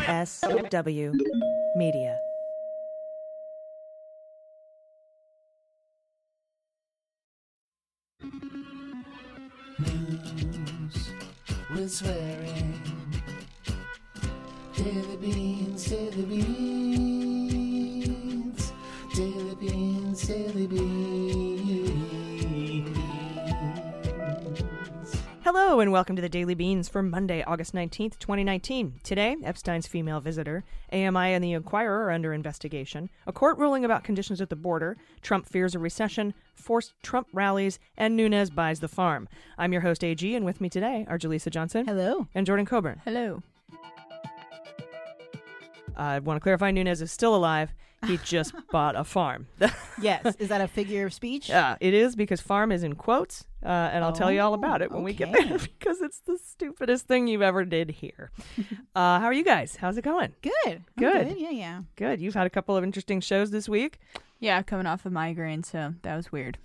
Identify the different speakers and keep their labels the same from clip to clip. Speaker 1: MSW Media.
Speaker 2: News with swearing. Daily beans, daily beans, daily beans, daily beans.
Speaker 1: Hello and welcome to the Daily Beans for Monday, August 19th, 2019. Today, Epstein's female visitor, AMI and the Inquirer are under investigation, a court ruling about conditions at the border, Trump fears a recession, forced Trump rallies, and Nunes buys the farm. I'm your host, AG, and with me today are Jaleesa Johnson
Speaker 3: Hello.
Speaker 1: and Jordan Coburn.
Speaker 3: Hello.
Speaker 1: I want to clarify Nunes is still alive. He just bought a farm.
Speaker 3: Yes. Is that a figure of speech?
Speaker 1: Yeah, Uh, it is because farm is in quotes, uh, and I'll tell you all about it when we get there
Speaker 3: okay.
Speaker 1: because it's the stupidest thing you've ever did here. uh, how are you guys? How's it going?
Speaker 3: Good. I'm
Speaker 1: Good.
Speaker 3: Yeah, yeah.
Speaker 1: Good. You've had a couple of interesting shows this week.
Speaker 4: Yeah, coming off a migraine, so that was weird.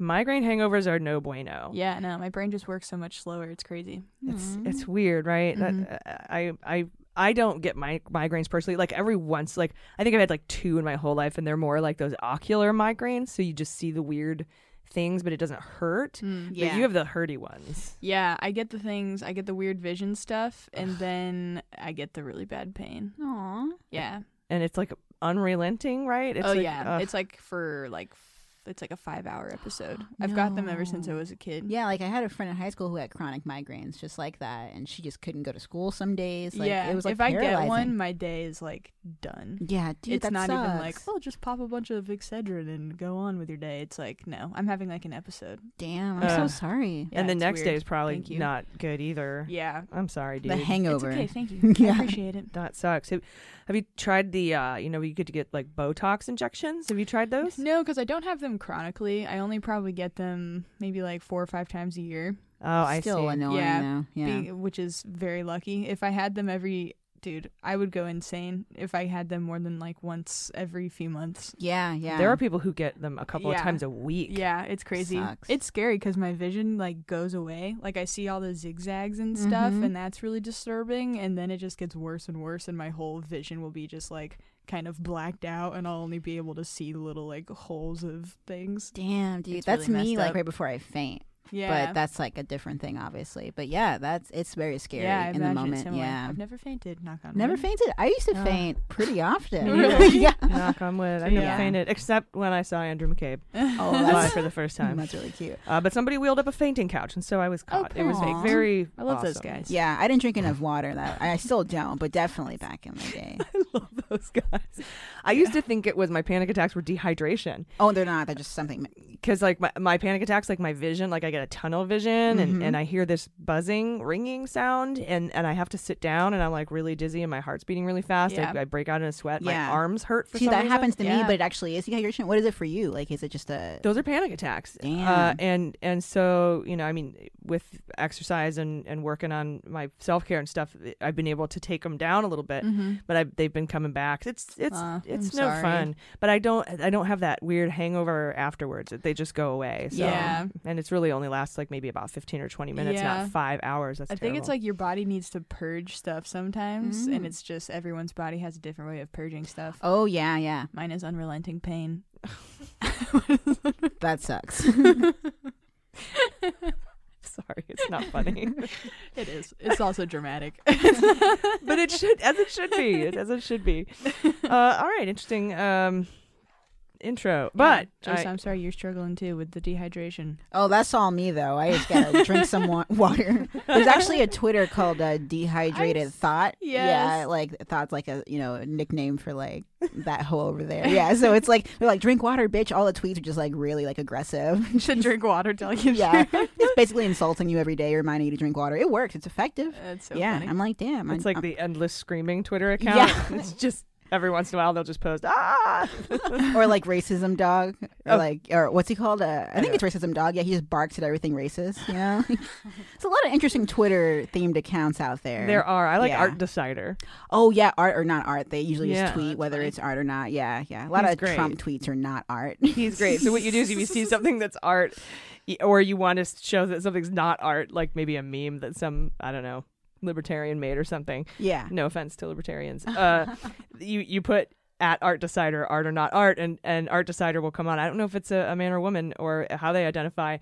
Speaker 1: Migraine hangovers are no bueno.
Speaker 4: Yeah, no, my brain just works so much slower. It's crazy.
Speaker 1: It's it's weird, right? That, uh, I I I don't get my migraines personally. Like every once, like I think I've had like two in my whole life, and they're more like those ocular migraines. So you just see the weird things, but it doesn't hurt. But
Speaker 3: Mm, Yeah.
Speaker 1: you have the hurty ones.
Speaker 4: Yeah, I get the things, I get the weird vision stuff, and then I get the really bad pain.
Speaker 3: Aw.
Speaker 4: Yeah.
Speaker 1: and it's like unrelenting, right? It's
Speaker 4: oh
Speaker 1: like, uh,
Speaker 4: yeah,
Speaker 1: ugh.
Speaker 4: it's like for like f- it's like a five hour episode. I've got them ever since I was a kid.
Speaker 3: Yeah, like I had a friend in high school who had chronic migraines just like that and she just couldn't go to school some days. Like
Speaker 4: yeah.
Speaker 3: it was like
Speaker 4: if I get one,
Speaker 3: paralyzing.
Speaker 4: my day is like done.
Speaker 3: Yeah, dude,
Speaker 4: it's
Speaker 3: that
Speaker 4: not even like
Speaker 3: sucks.
Speaker 4: oh, just pop a bunch of Excedrin and go on with your day. It's like no, I'm having like an episode.
Speaker 3: damn, I'm
Speaker 1: Uh,
Speaker 3: so sorry.
Speaker 4: Yeah,
Speaker 1: and the
Speaker 4: it's
Speaker 1: next day
Speaker 4: weird.
Speaker 1: is probably
Speaker 4: Thank you.
Speaker 1: not good either.
Speaker 4: Yeah,
Speaker 1: I'm sorry, dude.
Speaker 3: the hangover.
Speaker 4: It's okay, thank you.
Speaker 3: Yeah.
Speaker 4: I appreciate it.
Speaker 1: that sucks. Have, have you tried the uh, you know, you get to get like Botox injections? Have you tried those?
Speaker 4: No, because I don't have them chronically. I only probably get them maybe like four or five times a year,
Speaker 1: Oh, I
Speaker 3: Still
Speaker 1: see.
Speaker 3: annoying
Speaker 4: Yeah.
Speaker 3: though. Yeah.
Speaker 4: be- which is very lucky. If I had them every, dude, I would go insane if I had them more than like once every few months.
Speaker 3: yeah, yeah.
Speaker 1: There are people who get them a couple of
Speaker 4: Yeah.
Speaker 1: times a week.
Speaker 4: Yeah, it's crazy.
Speaker 3: Sucks.
Speaker 4: It's scary because my vision like goes away. Like I see all the zigzags and stuff,
Speaker 3: Mhm.
Speaker 4: and that's really disturbing. And then it just gets worse and worse, and my whole vision will be just like kind of blacked out, and I'll only be able to see little like holes of things.
Speaker 3: Damn, dude.
Speaker 4: It's
Speaker 3: That's
Speaker 4: really
Speaker 3: me
Speaker 4: messed
Speaker 3: like
Speaker 4: up.
Speaker 3: right before I faint.
Speaker 4: Yeah,
Speaker 3: But that's like a different thing obviously. But yeah, that's it's very scary
Speaker 4: yeah, I
Speaker 3: in the
Speaker 4: imagine
Speaker 3: moment.
Speaker 4: Similar.
Speaker 3: Yeah.
Speaker 4: I've never fainted. Knock on
Speaker 3: Never
Speaker 4: wood.
Speaker 3: fainted. I used to
Speaker 1: Uh,
Speaker 3: faint pretty often.
Speaker 4: Really?
Speaker 3: yeah.
Speaker 1: Knock on wood. I've never
Speaker 3: Yeah.
Speaker 1: fainted except when I saw Andrew McCabe
Speaker 3: Oh,
Speaker 1: live for the first time.
Speaker 3: That's really cute.
Speaker 1: Uh, but somebody wheeled up a fainting couch, and so I was caught. it was
Speaker 3: perfect.
Speaker 1: very.
Speaker 4: Oh, I love those
Speaker 1: awesome.
Speaker 4: guys.
Speaker 3: Yeah, I didn't drink enough water. That I still don't, but definitely back in the day.
Speaker 1: love those guys. I used to think it was my panic attacks were dehydration.
Speaker 3: Oh, they're not. They're just something.
Speaker 1: because like my, my panic attacks like my vision like i get a tunnel vision and, and i hear this buzzing ringing sound and, and i have to sit down and i'm like really dizzy and my heart's beating really fast
Speaker 4: Yeah.
Speaker 1: I, I break out in a sweat
Speaker 3: Yeah.
Speaker 1: my arms hurt for
Speaker 3: See,
Speaker 1: some
Speaker 3: that
Speaker 1: reason.
Speaker 3: happens to me,
Speaker 4: Yeah.
Speaker 3: but it actually is dehydration. What is it for you? Like, is it just a?
Speaker 1: those are panic attacks Uh,
Speaker 3: Damn.
Speaker 1: and and so you know i mean with exercise and, and working on my self-care and stuff eh, i've been able to take them down a little bit
Speaker 4: Mm-hmm.
Speaker 1: but I, they've been coming back it's it's
Speaker 4: Mm. Aw,
Speaker 1: it's
Speaker 4: I'm
Speaker 1: no
Speaker 4: sorry.
Speaker 1: fun but i don't i don't have that weird hangover afterwards they just go away so
Speaker 4: Yeah.
Speaker 1: and it's really only lasts like maybe about 15 or 20 minutes
Speaker 4: Yeah.
Speaker 1: not five hours that's
Speaker 4: I think it's
Speaker 1: terrible.
Speaker 4: like your body needs to purge stuff sometimes,
Speaker 3: Mm.
Speaker 4: and it's just everyone's body has a different way of purging stuff.
Speaker 3: Oh yeah, yeah.
Speaker 4: Mine is unrelenting pain.
Speaker 3: That sucks.
Speaker 1: sorry it's not funny
Speaker 4: It is. It's also dramatic.
Speaker 1: but it should as it should be it- as it should be uh, all right interesting um intro but
Speaker 4: Yeah, Jace,
Speaker 1: I-
Speaker 4: I'm sorry you're struggling too with the dehydration.
Speaker 3: oh, that's all me though. I just gotta drink some wa- water. There's actually a Twitter called uh, "Dehydrated Thought." Yeah,
Speaker 4: yes.
Speaker 3: like thoughts like a you know nickname for like that hoe over there. Yeah, so it's like they're like drink water, bitch. All the tweets are just like really like aggressive.
Speaker 4: Should drink water till you.
Speaker 3: yeah, it's basically insulting you every day, reminding you to drink water. It works. It's effective.
Speaker 4: That's so
Speaker 3: yeah,
Speaker 4: funny.
Speaker 3: I'm like, damn.
Speaker 1: it's
Speaker 3: I,
Speaker 1: like
Speaker 3: I'm-
Speaker 1: the endless screaming twitter account
Speaker 3: Yeah.
Speaker 1: it's just every once in a while they'll just post ah
Speaker 3: or like racism dog, or
Speaker 1: Oh.
Speaker 3: like, or what's he called? Uh, I think
Speaker 1: know.
Speaker 3: it's racism dog. Yeah, he just barks at everything racist. You know, it's a lot of interesting Twitter themed accounts out there.
Speaker 1: there are i like
Speaker 3: Yeah.
Speaker 1: art decider
Speaker 3: oh yeah, art or not art. They usually
Speaker 1: Yeah.
Speaker 3: just tweet
Speaker 4: That's
Speaker 3: whether
Speaker 4: funny.
Speaker 3: it's art or not. Yeah, yeah. A lot
Speaker 1: He's
Speaker 3: of
Speaker 1: great.
Speaker 3: Trump tweets are not art.
Speaker 1: He's great. So what you do is if you see something that's art, y- or you want to show that something's not art, like maybe a meme that some I don't know libertarian made or something.
Speaker 3: Yeah.
Speaker 1: No offense to libertarians. Uh, you you put at art decider art or not art and and art decider will come on. I don't know if it's a, a man or woman or how they identify,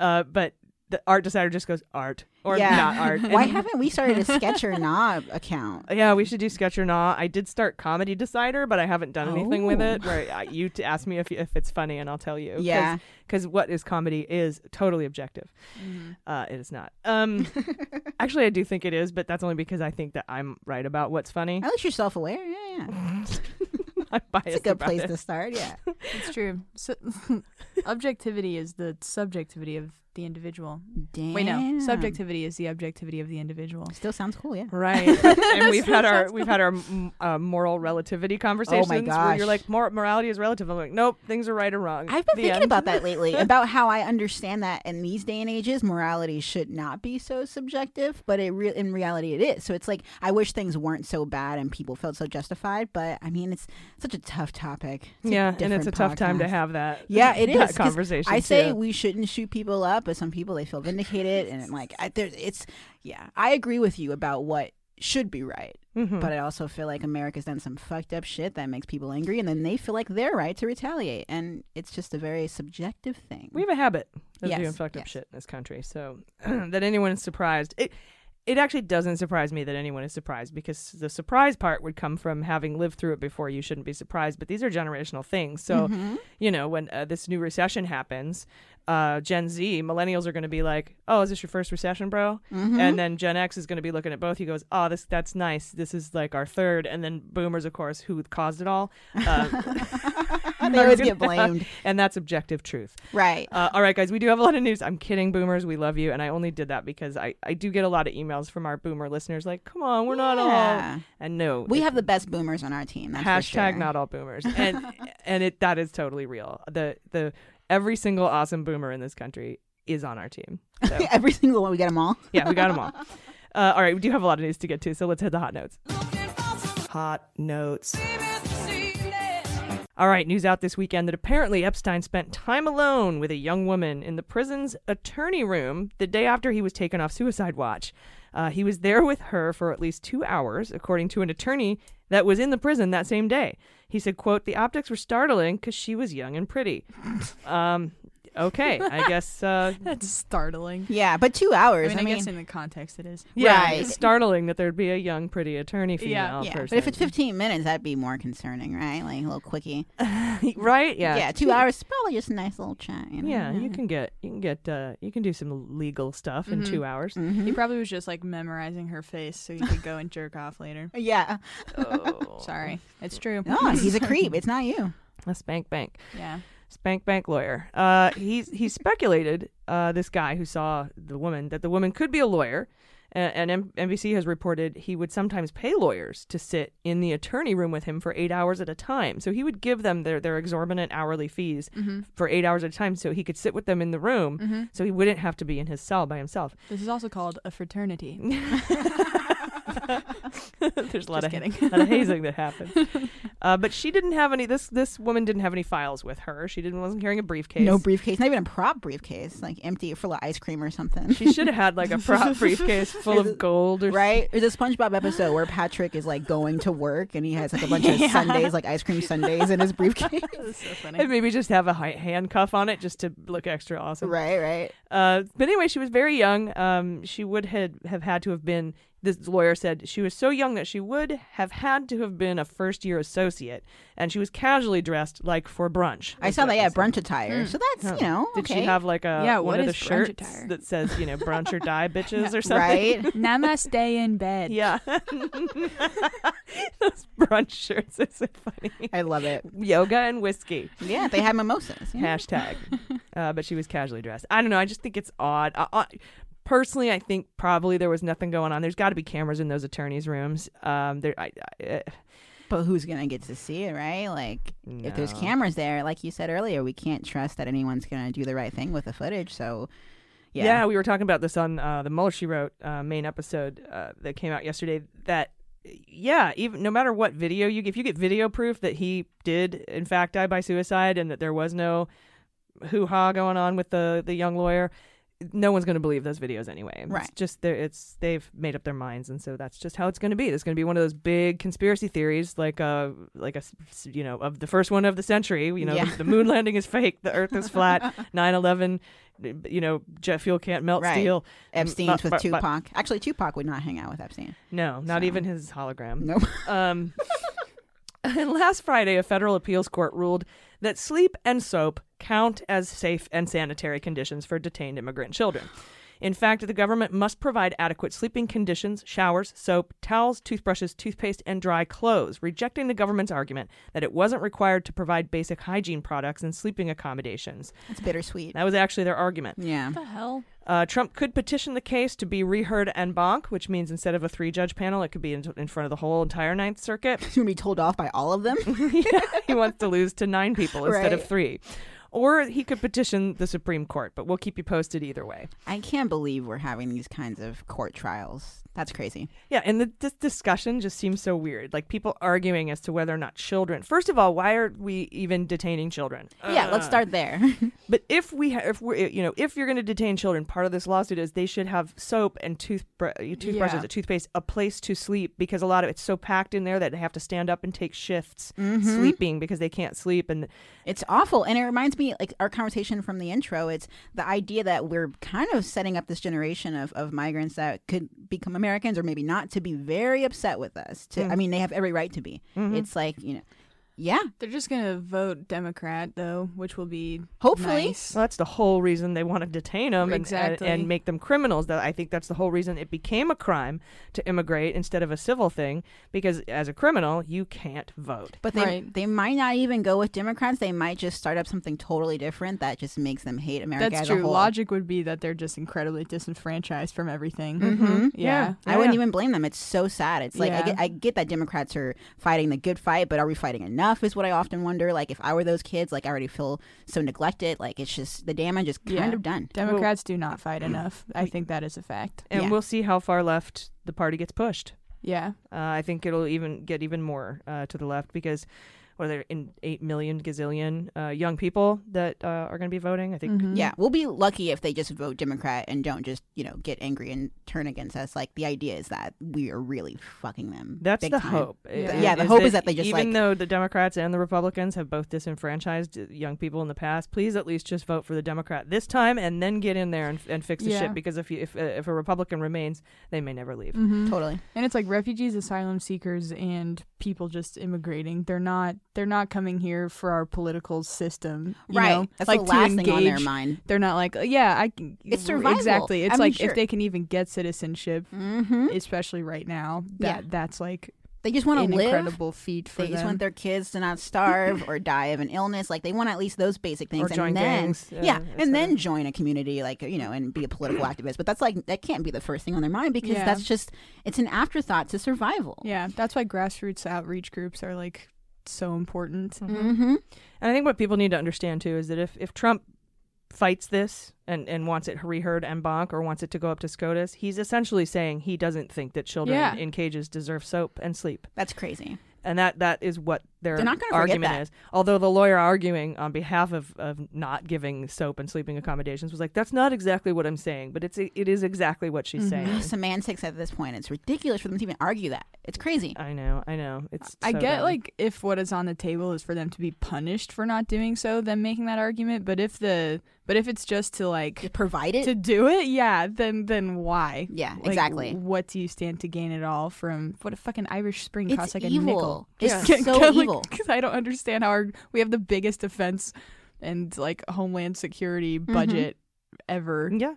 Speaker 1: uh, but the art decider just goes art or
Speaker 3: Yeah.
Speaker 1: not art.
Speaker 3: Why
Speaker 1: And-
Speaker 3: haven't we started a Sketch or Not account?
Speaker 1: yeah, we should do sketch or not. I did start comedy decider, but I haven't done anything with
Speaker 3: Oh.
Speaker 1: it. Where I, you t- ask me if if it's funny, and I'll tell you.
Speaker 3: Yeah.
Speaker 1: because what is comedy is totally objective. Uh, it is not. Um, actually, I do think it is, but that's only because I think that I'm right about what's funny.
Speaker 3: At least you're self aware. Yeah, yeah.
Speaker 1: I'm biased.
Speaker 3: It's Oh, a good
Speaker 1: about
Speaker 3: place
Speaker 1: it.
Speaker 3: to start. Yeah.
Speaker 4: It's true. So, objectivity is the subjectivity of the individual.
Speaker 3: Damn.
Speaker 4: Wait, no. Subjectivity is the objectivity of the individual.
Speaker 3: Still sounds cool. Yeah.
Speaker 1: Right, and we've had our we've had our mm, uh, moral relativity conversations where
Speaker 3: Oh gosh.
Speaker 1: you're like, Mor- morality is relative. I'm like, nope, things are right or wrong.
Speaker 3: I've been
Speaker 1: The
Speaker 3: thinking
Speaker 1: end.
Speaker 3: about that lately, about how I understand that in these day and ages, morality should not be so subjective, but it re- in reality it is. So it's like I wish things weren't so bad and people felt so justified, but I mean it's such a tough topic. It's a
Speaker 1: yeah, and it's
Speaker 3: different
Speaker 1: a tough time to
Speaker 3: podcast.
Speaker 1: have that.
Speaker 3: Yeah, it is
Speaker 1: that
Speaker 3: 'cause
Speaker 1: conversation.
Speaker 3: I say
Speaker 1: too.
Speaker 3: we shouldn't shoot people up, but some people they feel vindicated, and I'm like, I, there, it's yeah. I agree with you about what should be right,
Speaker 1: Mhm.
Speaker 3: but I also feel like America's done some fucked up shit that makes people angry, and then they feel like they're right to retaliate, and it's just a very subjective thing.
Speaker 1: We have a habit of
Speaker 3: Yes,
Speaker 1: doing fucked up
Speaker 3: yes.
Speaker 1: shit in this country, so that anyone is surprised. It it actually doesn't surprise me that anyone is surprised because the surprise part would come from having lived through it before. You shouldn't be surprised, but these are generational things. So
Speaker 3: Mm-hmm.
Speaker 1: you know when uh, this new recession happens, uh, Gen Z millennials are going to be like, "Oh, is this your first recession, bro?"
Speaker 3: Mm-hmm.
Speaker 1: And then Gen X is going to be looking at both. He goes, "Oh, this that's nice. This is like our third. And then Boomers, of course, who caused it all. Uh,
Speaker 3: they always get blamed,
Speaker 1: and that's objective truth.
Speaker 3: right?
Speaker 1: Uh, all right, guys, we do have a lot of news. I'm kidding, boomers. We love you. And I only did that because I, I do get a lot of emails from our boomer listeners like, come on, we're not all.
Speaker 3: Yeah.
Speaker 1: And no,
Speaker 3: We
Speaker 1: it-
Speaker 3: have the best boomers on our team. That's
Speaker 1: hashtag
Speaker 3: for sure.
Speaker 1: not all boomers. And and it that is totally real. The the every single awesome boomer in this country is on our team. So,
Speaker 3: Every single one, we get them all.
Speaker 1: yeah, we got them all. Uh, all right, we do have a lot of news to get to, so let's hit the hot notes. Hot notes. All right, news out this weekend that apparently Epstein spent time alone with a young woman in the prison's attorney room the day after he was taken off suicide watch. Uh, he was there with her for at least two hours, according to an attorney that was in the prison that same day. He said, "quote The optics were startling because she was young and pretty." um, okay, I guess. Uh,
Speaker 4: That's startling.
Speaker 3: Yeah, but two
Speaker 4: I
Speaker 3: hours.
Speaker 4: mean, I, guess in the context it is.
Speaker 1: yeah,
Speaker 3: Right.
Speaker 1: it's startling that there'd be a young, pretty attorney female
Speaker 3: yeah,
Speaker 1: person.
Speaker 3: but if it's 15 minutes, that'd be more concerning, right? Like a little quickie.
Speaker 1: right,
Speaker 3: Yeah, Mm-hmm.
Speaker 1: yeah,
Speaker 3: two hours is probably just a nice little chat. You know?
Speaker 1: yeah, you can get you can get uh, you can do some legal stuff in
Speaker 3: Mm-hmm.
Speaker 1: two hours.
Speaker 4: He probably was just like memorizing her face so he could go and jerk off later.
Speaker 3: Yeah.
Speaker 4: Sorry, it's true.
Speaker 3: No, he's a creep. It's not you.
Speaker 1: A spank bank,
Speaker 4: yeah.
Speaker 1: spank bank lawyer. Uh, he's he speculated uh, this guy who saw the woman that the woman could be a lawyer, and, and M- NBC has reported he would sometimes pay lawyers to sit in the attorney room with him for eight hours at a time. So he would give them their their exorbitant hourly fees
Speaker 4: Mm-hmm.
Speaker 1: for eight hours at a time, so he could sit with them in the room,
Speaker 3: Mm-hmm.
Speaker 1: so he wouldn't have to be in his cell by himself.
Speaker 4: This is also called a fraternity.
Speaker 1: There's a lot of,
Speaker 4: Just kidding.
Speaker 1: lot of hazing that happens. Uh, but she didn't have any. This this woman didn't have any files with her. She didn't wasn't carrying a briefcase.
Speaker 3: No briefcase, not even a prop briefcase, like empty full of ice cream or something.
Speaker 1: She should have had like a prop briefcase full of gold or
Speaker 3: Right? There's a SpongeBob episode where Patrick is like going to work and he has like a bunch of Sundays, like ice cream Sundays in his briefcase.
Speaker 4: That's so funny.
Speaker 1: And maybe just have a hi- handcuff on it just to look extra awesome.
Speaker 3: right, right.
Speaker 1: Uh, but anyway, she was very young. Um, she would had, have had to have been, this lawyer said, she was so young that she would have had to have been a first year associate. And she was casually dressed like for brunch.
Speaker 3: I
Speaker 1: is
Speaker 3: saw
Speaker 1: what
Speaker 3: that,
Speaker 1: they
Speaker 3: yeah,
Speaker 1: said.
Speaker 3: brunch attire. So that's, you know,
Speaker 1: Did
Speaker 3: okay.
Speaker 1: she have like a
Speaker 4: Yeah,
Speaker 1: one
Speaker 4: what
Speaker 1: of the
Speaker 4: is brunch
Speaker 1: shirts
Speaker 4: attire?
Speaker 1: that says you know brunch or die bitches or something?
Speaker 3: Right?
Speaker 4: Namaste in bed.
Speaker 1: Yeah, those brunch shirts are so funny.
Speaker 3: I love it.
Speaker 1: Yoga and whiskey
Speaker 3: Yeah, they had mimosas. Yeah.
Speaker 1: hashtag. uh, but she was casually dressed. I don't know. I just think it's odd. I, I, personally, I think probably there was nothing going on. There's got to be cameras in those attorneys' rooms. Um, there. I, I, uh,
Speaker 3: But who's gonna get to see it, right? Like, if there's
Speaker 1: No.
Speaker 3: cameras there, like you said earlier, we can't trust that anyone's gonna do the right thing with the footage. So,
Speaker 1: Yeah.
Speaker 3: yeah,
Speaker 1: we were talking about this on uh, the Muller She Wrote uh, main episode uh, that came out yesterday. That yeah, even no matter what video you if you get video proof that he did in fact die by suicide and that there was no hoo ha going on with the the young lawyer, no one's going to believe those videos anyway. It's
Speaker 3: Right.
Speaker 1: just they're- it's they've made up their minds, and so that's just how it's going to be. There's going to be one of those big conspiracy theories, like uh like a s- s- you know of the first one of the century. You know,
Speaker 3: Yeah.
Speaker 1: the moon landing is fake, the Earth is flat, 9-11, you know, jet fuel can't melt
Speaker 3: Right.
Speaker 1: steel. M-
Speaker 3: Epstein's
Speaker 1: but-
Speaker 3: with
Speaker 1: but- but-
Speaker 3: Tupac. Actually, Tupac would not hang out with Epstein.
Speaker 1: No, not
Speaker 3: So-
Speaker 1: even his hologram.
Speaker 3: Nope.
Speaker 1: Um, and last Friday, a federal appeals court ruled that sleep and soap count as safe and sanitary conditions for detained immigrant children. In fact, the government must provide adequate sleeping conditions, showers, soap, towels, toothbrushes, toothpaste, and dry clothes, rejecting the government's argument that it wasn't required to provide basic hygiene products and sleeping accommodations.
Speaker 3: It's bittersweet.
Speaker 1: That was actually their argument.
Speaker 3: Yeah.
Speaker 4: the hell?
Speaker 1: Uh, Trump could petition the case to be reheard en banc, which means instead of a three judge panel, it could be in, in front of the whole entire Ninth Circuit.
Speaker 3: He's gonna be told off by all of them.
Speaker 1: he wants to lose to nine people instead of
Speaker 3: Right.
Speaker 1: three. Or he could petition the Supreme Court, but we'll keep you posted either way.
Speaker 3: I can't believe we're having these kinds of court trials. That's crazy.
Speaker 1: Yeah, and the, this discussion just seems so weird. Like people arguing as to whether or not children. First of all, why are we even detaining children?
Speaker 3: Yeah, let's
Speaker 4: Uh.
Speaker 1: Ugh.
Speaker 3: start there.
Speaker 1: But if we ha- if we you know if you're going to detain children, part of this lawsuit is they should have soap and toothbr- uh, toothbrushes,
Speaker 4: Yeah.
Speaker 1: a toothpaste, a place to sleep because a lot of it's so packed in there that they have to stand up and take shifts
Speaker 3: Mm-hmm.
Speaker 1: sleeping because they can't sleep and
Speaker 3: It's awful. And it reminds me, like our conversation from the intro, it's the idea that we're kind of setting up this generation of, of migrants that could become Americans or maybe not to be very upset with us. To
Speaker 4: Mm-hmm.
Speaker 3: I mean, they have every right to be. It's like, you know, yeah,
Speaker 4: They're just gonna vote Democrat though, which will be
Speaker 3: Hopefully.
Speaker 4: nice.
Speaker 1: Well, that's the whole reason they want to detain them and,
Speaker 4: Exactly.
Speaker 1: and, and make them criminals. That I think that's the whole reason it became a crime to immigrate instead of a civil thing, because as a criminal you can't vote.
Speaker 3: but they,
Speaker 4: Right.
Speaker 3: they might not even go with Democrats. They might just start up something totally different that just makes them hate America
Speaker 4: That's
Speaker 3: as a
Speaker 4: true.
Speaker 3: whole.
Speaker 4: Logic would be that they're just incredibly disenfranchised from everything.
Speaker 3: hmm
Speaker 1: Yeah.
Speaker 4: Yeah.
Speaker 3: I wouldn't
Speaker 1: Yeah.
Speaker 3: even blame them. It's so sad. It's like I,
Speaker 4: Yeah.
Speaker 3: get, I get that Democrats are fighting the good fight, but are we fighting enough? Is what I often wonder. Like if I were those kids, like I already feel so neglected. Like it's just the damage is kind
Speaker 4: Yeah.
Speaker 3: of done.
Speaker 4: Democrats do not fight enough. I think that is a fact.
Speaker 1: And
Speaker 3: Yeah.
Speaker 1: we'll see how far left the party gets pushed.
Speaker 4: Yeah.
Speaker 1: Uh, I think it'll even get even more uh, to the left because. What are there in eight million gazillion uh, young people that uh, are going to be voting? I think
Speaker 4: Mhm.
Speaker 3: Yeah, we'll be lucky if they just vote Democrat and don't just you know get angry and turn against us. Like the idea is that we are really fucking them.
Speaker 1: That's
Speaker 3: big
Speaker 1: the
Speaker 3: time.
Speaker 1: hope.
Speaker 4: Yeah.
Speaker 3: Yeah, the hope is that they just,
Speaker 1: even
Speaker 3: like-
Speaker 1: though the Democrats and the Republicans have both disenfranchised young people in the past, please at least just vote for the Democrat this time and then get in there and, and fix the
Speaker 4: Yeah.
Speaker 1: shit because if you, if uh, if a Republican remains, they may never
Speaker 3: Mm,
Speaker 1: leave.
Speaker 4: Mhm.
Speaker 3: Totally.
Speaker 4: And it's like refugees, asylum seekers, and people just immigrating. They're not. They're not coming here for our political system. you
Speaker 3: right.
Speaker 4: know?
Speaker 3: That's
Speaker 4: like
Speaker 3: the
Speaker 4: to
Speaker 3: last thing on their
Speaker 4: engage-
Speaker 3: mind.
Speaker 4: They're not like, "Oh, yeah, I can.
Speaker 3: It's survival.
Speaker 4: Exactly.
Speaker 3: I
Speaker 4: It's
Speaker 3: mean,
Speaker 4: like
Speaker 3: sure.
Speaker 4: if they can even get citizenship,
Speaker 3: hmm
Speaker 4: especially right now,
Speaker 3: Yeah.
Speaker 4: that that's like
Speaker 3: They just want
Speaker 4: an
Speaker 3: to live.
Speaker 4: incredible feat for
Speaker 3: They just
Speaker 4: them.
Speaker 3: want their kids to not starve or die of an illness. Like they want at least those basic things,
Speaker 1: Or join
Speaker 3: and then
Speaker 1: gangs, uh,
Speaker 3: yeah,
Speaker 1: et
Speaker 3: and then join a community, like you know, and be a political activist. But that's like that can't be the first thing on their mind because
Speaker 4: Yeah.
Speaker 3: that's just it's an afterthought to survival.
Speaker 4: yeah, that's why grassroots outreach groups are like so important.
Speaker 3: Mm-hmm.
Speaker 1: And I think what people need to understand too is that if if Trump fights this and, and wants it reheard en banc or wants it to go up to SCOTUS, he's essentially saying he doesn't think that children
Speaker 4: Yeah.
Speaker 1: in cages deserve soap and sleep.
Speaker 3: That's crazy.
Speaker 1: and that that is what their
Speaker 3: They're not gonna forget
Speaker 1: argument
Speaker 3: that.
Speaker 1: is. Although the lawyer arguing on behalf of, of not giving soap and sleeping accommodations was like, that's not exactly what I'm saying, but it's it is exactly what she's
Speaker 3: Mm-hmm.
Speaker 1: saying.
Speaker 3: Semantics at this point, it's ridiculous for them to even argue that. It's crazy.
Speaker 4: Uh,
Speaker 1: I know, I know. It's
Speaker 4: I
Speaker 1: so
Speaker 4: get
Speaker 1: dumb.
Speaker 4: like if what is on the table is for them to be punished for not doing so, then making that argument. But if the but if it's just to
Speaker 3: It
Speaker 4: like
Speaker 3: provided,
Speaker 4: to do it, yeah, then then why?
Speaker 3: yeah,
Speaker 4: Like,
Speaker 3: exactly.
Speaker 4: What do you stand to gain at all from what a fucking Irish Spring
Speaker 3: It's
Speaker 4: costs like a nickel?
Speaker 3: evil. It's
Speaker 1: Yeah.
Speaker 3: so
Speaker 4: Like,
Speaker 3: evil.
Speaker 4: 'cause I don't understand how our, we have the biggest defense and like homeland security
Speaker 3: Mm-hmm.
Speaker 4: budget ever.
Speaker 1: yeah,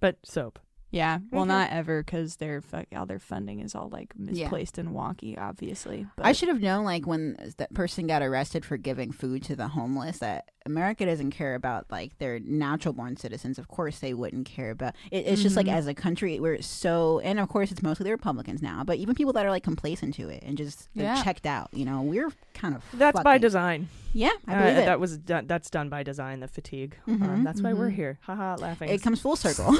Speaker 1: but soap.
Speaker 4: Yeah, well,
Speaker 1: Mhm.
Speaker 4: not ever because their fuck all their funding is all like
Speaker 3: Mm-hmm. Yeah.
Speaker 4: misplaced and wonky, obviously. But
Speaker 3: I should have known, like, when that person got arrested for giving food to the homeless, that America doesn't care about, like, their natural born citizens. Of course, they wouldn't care about it. It's just, like,
Speaker 1: Mm-hmm.
Speaker 4: Mhm.
Speaker 3: as a country, we're so, and of course, it's mostly the Republicans now, but even people that are, like, complacent to it and just they're
Speaker 4: Yeah.
Speaker 3: checked out, you know, we're kind of.
Speaker 1: That's by
Speaker 3: fucking-
Speaker 1: design.
Speaker 3: Yeah, I
Speaker 1: Uh,
Speaker 3: believe it.
Speaker 1: That was done, that's done by design. The fatigue. Um,
Speaker 3: Mhm.
Speaker 1: that's why we're
Speaker 4: Mhm.
Speaker 1: here. Haha, laughing.
Speaker 3: It comes full circle.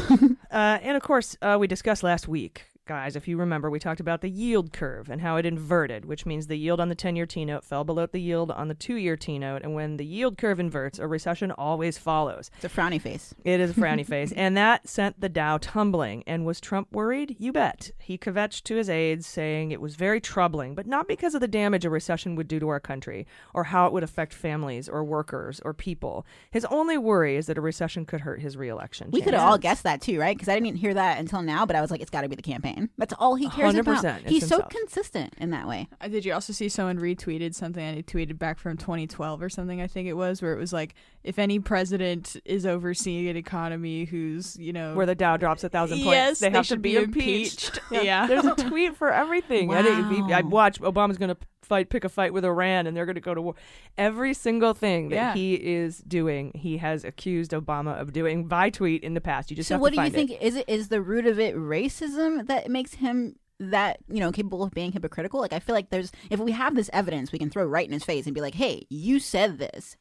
Speaker 1: Uh, and of course, uh, we discussed last week Guys, if you remember, we talked about the yield curve and how it inverted, which means the yield on the 10 year T note fell below the yield on the two year T note. And when the yield curve inverts, a recession always follows.
Speaker 3: It's a frowny face.
Speaker 1: It is a frowny face. And that sent the Dow tumbling. And was Trump worried? You bet. He kvetched to his aides, saying it was very troubling, but not because of the damage a recession would do to our country or how it would affect families or workers or people. His only worry is that a recession could hurt his reelection.
Speaker 3: We could
Speaker 1: chances.
Speaker 3: have all guessed that too, right? Because I didn't even hear that until now, but I was like, it's got to be the campaign. That's all he cares about.
Speaker 1: 100%, it's
Speaker 3: He's so
Speaker 1: himself.
Speaker 3: consistent in that way.
Speaker 4: Uh, Did you also see someone retweeted something I tweeted back from 2012 or something? I think it was where it was like, if any president is overseeing an economy who's you know
Speaker 1: Where the Dow drops a thousand points,
Speaker 4: yes
Speaker 1: they, have
Speaker 4: should
Speaker 1: to
Speaker 4: be impeached. yeah.
Speaker 1: There's a tweet for everything. I, didn't,
Speaker 3: Wow.
Speaker 1: I watched Obama's going to fight, pick a fight with Iran, and they're going to go to war. Every single thing that
Speaker 4: Yeah.
Speaker 1: he is doing, he has accused Obama of doing by tweet in the past. You just
Speaker 3: so
Speaker 1: have
Speaker 3: what
Speaker 1: to
Speaker 3: do you
Speaker 1: find it.
Speaker 3: think is it is the root of it racism that makes him that you know capable of being hypocritical like i feel like there's if we have this evidence we can throw right in his face and be like hey you said this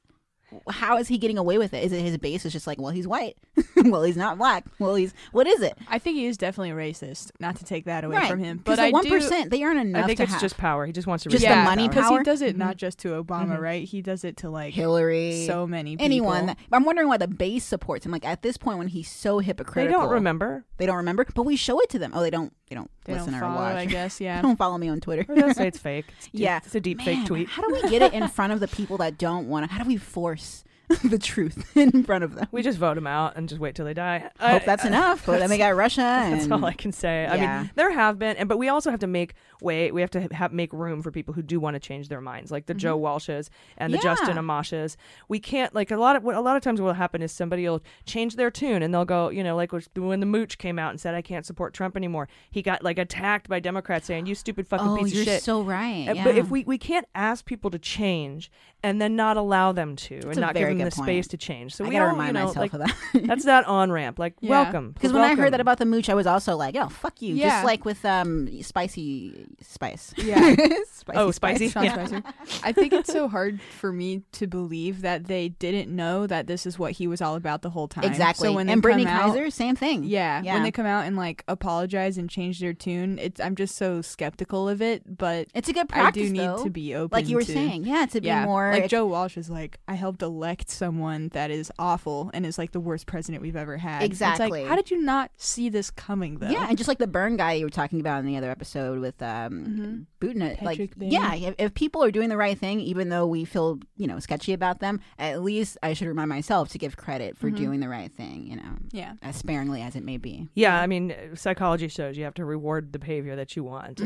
Speaker 3: how is he getting away with it is it his base is just like well he's white well he's not black well he's what is it
Speaker 4: I think he is definitely a racist. Not to take that away
Speaker 3: right
Speaker 4: from him,
Speaker 3: 'cause
Speaker 4: but
Speaker 3: the
Speaker 4: I
Speaker 3: one
Speaker 4: do.
Speaker 3: they aren't enough
Speaker 1: I think
Speaker 3: to
Speaker 1: it's
Speaker 3: have.
Speaker 1: just power. He just wants to
Speaker 3: Just the
Speaker 1: retain
Speaker 3: money
Speaker 1: power.
Speaker 4: because
Speaker 3: power?
Speaker 4: he Mm-hmm. does it not just to Obama, right? He does it to like
Speaker 3: hillary
Speaker 4: so many people.
Speaker 3: anyone that, i'm wondering why the base supports him like at this point when he's so
Speaker 1: They
Speaker 3: hypocritical
Speaker 1: don't remember.
Speaker 3: they don't remember but we show it to them oh they don't they don't
Speaker 4: they
Speaker 3: listen
Speaker 4: don't
Speaker 3: or
Speaker 4: follow,
Speaker 3: watch
Speaker 4: I guess.
Speaker 3: They
Speaker 4: Yeah.
Speaker 3: don't follow me on twitter
Speaker 1: Or they'll say it's fake. It's deep-
Speaker 3: Yeah.
Speaker 1: it's a deep
Speaker 3: Man,
Speaker 1: fake tweet.
Speaker 3: How do we get it in front of the people that don't want to? How do we force the truth in front of them?
Speaker 1: We just vote him out and just wait till they die. I- uh,
Speaker 3: Hope that's enough. But then we got Russia.
Speaker 1: That's
Speaker 3: and
Speaker 1: all I can say. I
Speaker 3: Yeah.
Speaker 1: mean, there have been, and but we also have to make way. We have to ha- make room for people who do want to change their minds, like the Joe Walshes and the Justin
Speaker 3: Mm-hmm. Yeah.
Speaker 1: Amoshes. We can't like a lot of what a lot of times what will happen is somebody will change their tune and they'll go, you know, like was- when the Mooch came out and said, "I can't support Trump anymore." He got like attacked by Democrats saying, "You stupid fucking
Speaker 3: oh,
Speaker 1: piece
Speaker 3: you're
Speaker 1: of shit."
Speaker 3: so right.
Speaker 1: Uh,
Speaker 3: Yeah.
Speaker 1: But if we, we can't ask people to change and then not allow them to and
Speaker 3: a
Speaker 1: not give
Speaker 3: very
Speaker 1: them the
Speaker 3: good point.
Speaker 1: space to change, so
Speaker 3: I
Speaker 1: we
Speaker 3: gotta
Speaker 1: all,
Speaker 3: remind
Speaker 1: you know,
Speaker 3: myself
Speaker 1: like,
Speaker 3: of that.
Speaker 1: that's that on ramp. Like
Speaker 4: Yeah.
Speaker 1: welcome,
Speaker 3: Because when I heard
Speaker 1: welcome.
Speaker 3: that about the mooch, I was also like, "Oh, fuck you!"
Speaker 4: Yeah.
Speaker 3: Just like with um spicy spice.
Speaker 4: Yeah.
Speaker 3: spicy
Speaker 1: Oh,
Speaker 3: spice.
Speaker 1: spicy.
Speaker 4: Sean Spicer. I think it's so hard for me to believe that they didn't know that this is what he was all about the whole time.
Speaker 3: Exactly.
Speaker 4: So when they
Speaker 3: and Brittany
Speaker 4: come out,
Speaker 3: Kaiser, same thing.
Speaker 4: yeah,
Speaker 3: Yeah.
Speaker 4: when they come out and like apologize and change their tune, it's I'm just so skeptical of it. But
Speaker 3: It's a good
Speaker 4: I
Speaker 3: practice.
Speaker 4: do need
Speaker 3: though.
Speaker 4: to be open.
Speaker 3: like you were
Speaker 4: to-
Speaker 3: saying. Yeah, to be
Speaker 4: yeah,
Speaker 3: more
Speaker 4: like Joe Walsh is like, I helped elect someone that is awful and is like the worst president we've ever had. It's
Speaker 3: Exactly.
Speaker 4: like, how did you not see this coming though?
Speaker 3: Yeah, and just like the burn guy you were talking about in the other episode with
Speaker 1: Mm-hmm.
Speaker 3: um Butna, like
Speaker 4: Patrick Bane.
Speaker 3: yeah, if, if people are doing the right thing, even though we feel you know sketchy about them, at least I should remind myself to give credit for
Speaker 1: Mm-hmm.
Speaker 3: doing the right thing, you know,
Speaker 4: Yeah.
Speaker 3: as sparingly as it may be.
Speaker 1: Yeah, I mean, uh, psychology shows you have to reward the behavior that you want,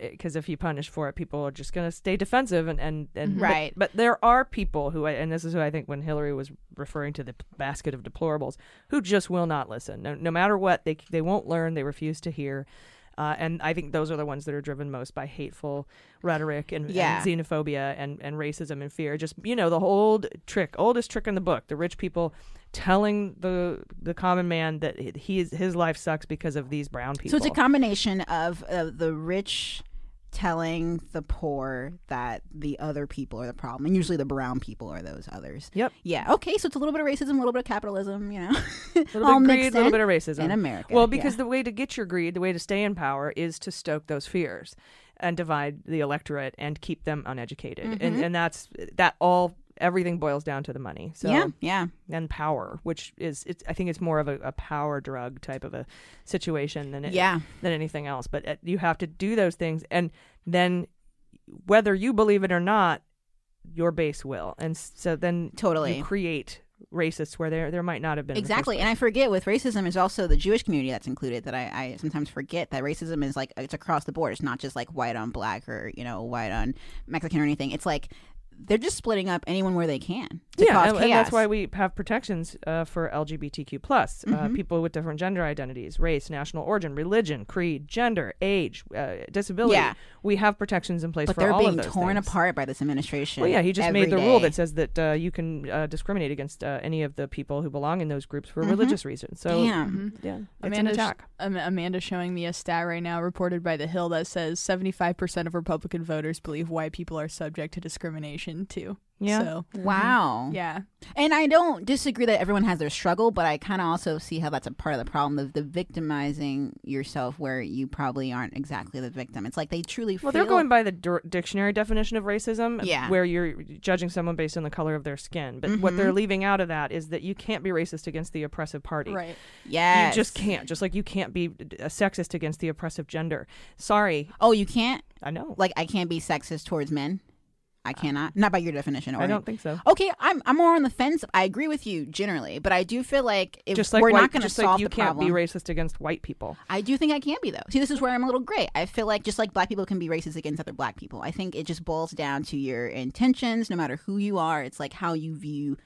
Speaker 1: because if you punish for it, people are just going to stay defensive and and, and but-
Speaker 3: Right.
Speaker 1: But, there are people who, I- and this is who I think when Hillary was referring to the p- basket of deplorables, who just will not listen, no, no matter what. They c- they won't learn. They refuse to hear. Uh, and I think those are the ones that are driven most by hateful rhetoric and, and
Speaker 3: Yeah.
Speaker 1: xenophobia and, and racism and fear. Just you know the old trick, oldest trick in the book: the rich people telling the the common man that he- he his life sucks because of these brown people.
Speaker 3: So it's a combination of uh, the rich telling the poor that the other people are the problem, and usually the brown people are those others.
Speaker 1: Yep.
Speaker 3: Yeah. Okay. So it's a little bit of racism, a little bit of capitalism, you know,
Speaker 1: a
Speaker 3: all
Speaker 1: little bit of greed,
Speaker 3: mixed
Speaker 1: a little
Speaker 3: in.
Speaker 1: bit of racism
Speaker 3: in America,
Speaker 1: Well, because
Speaker 3: yeah.
Speaker 1: the way to get your greed, the way to stay in power, is to stoke those fears and divide the electorate and keep them uneducated,
Speaker 3: Mm-hmm.
Speaker 1: and and that's that all. Everything boils down to the money. So
Speaker 3: yeah. Yeah.
Speaker 1: and power, which is it's I think it's more of a, a power drug type of a situation than it,
Speaker 3: Yeah.
Speaker 1: than anything else. But uh, you have to do those things, and then whether you believe it or not, your base will, and s- so then
Speaker 3: Totally.
Speaker 1: you create racists where there there might not have been in the first
Speaker 3: Exactly, and I forget with racism is also the Jewish community that's included. That I, I sometimes forget that racism is like it's across the board. It's not just like white on black or you know white on Mexican or anything. It's like they're just splitting up anyone where they can to
Speaker 1: yeah,
Speaker 3: cause
Speaker 1: and,
Speaker 3: chaos.
Speaker 1: and that's why we have protections uh, for LGBTQ plus uh,
Speaker 3: Mm-hmm.
Speaker 1: people with different gender identities, race, national origin, religion, creed, gender, age, uh, disability.
Speaker 3: Yeah.
Speaker 1: we have protections in place
Speaker 3: but
Speaker 1: for
Speaker 3: they're
Speaker 1: all
Speaker 3: being
Speaker 1: of those
Speaker 3: torn
Speaker 1: things.
Speaker 3: apart by this administration.
Speaker 1: Well, yeah, he just
Speaker 3: every
Speaker 1: made the rule
Speaker 3: day.
Speaker 1: that says that uh, you can uh, discriminate against uh, any of the people who belong in those groups for religious reasons. So,
Speaker 3: Mm-hmm.
Speaker 1: Mm-hmm.
Speaker 3: Damn.
Speaker 1: yeah, it's an
Speaker 4: Amanda's,
Speaker 1: attack.
Speaker 4: Am- Amanda's showing me a stat right now reported by The Hill that says 75% of Republican voters believe white people are subject to conditioned to.
Speaker 1: Yeah.
Speaker 4: So,
Speaker 3: Wow.
Speaker 4: yeah.
Speaker 3: And I don't disagree that everyone has their struggle, but I kind of also see how that's a part of the problem of the victimizing yourself where you probably aren't exactly the victim. It's like they truly
Speaker 1: Well,
Speaker 3: feel
Speaker 1: they're going by the dir- dictionary definition of racism,
Speaker 3: Yeah. Mm-hmm.
Speaker 1: where you're judging someone based on the color of their skin. But what they're leaving out of that is that you can't be racist against the oppressive party.
Speaker 4: Right.
Speaker 3: yes.
Speaker 1: You just can't. Just like you can't be a sexist against the oppressive gender. Sorry,
Speaker 3: Oh, you can't?
Speaker 1: I know.
Speaker 3: Like I can't be sexist towards men? I cannot. Not by your definition. Or
Speaker 1: I don't think so.
Speaker 3: Okay, I'm I'm more on the fence. I agree with you generally, but I do feel like if
Speaker 1: Just like
Speaker 3: we're
Speaker 1: white,
Speaker 3: not going to
Speaker 1: just
Speaker 3: solve
Speaker 1: like you
Speaker 3: the
Speaker 1: can't
Speaker 3: problem,
Speaker 1: be racist against white people.
Speaker 3: I do think I can be though. See, this is where I'm a little gray. I feel like just like black people can be racist against other black people. I think it just boils down to your intentions, no matter who you are. It's like how you view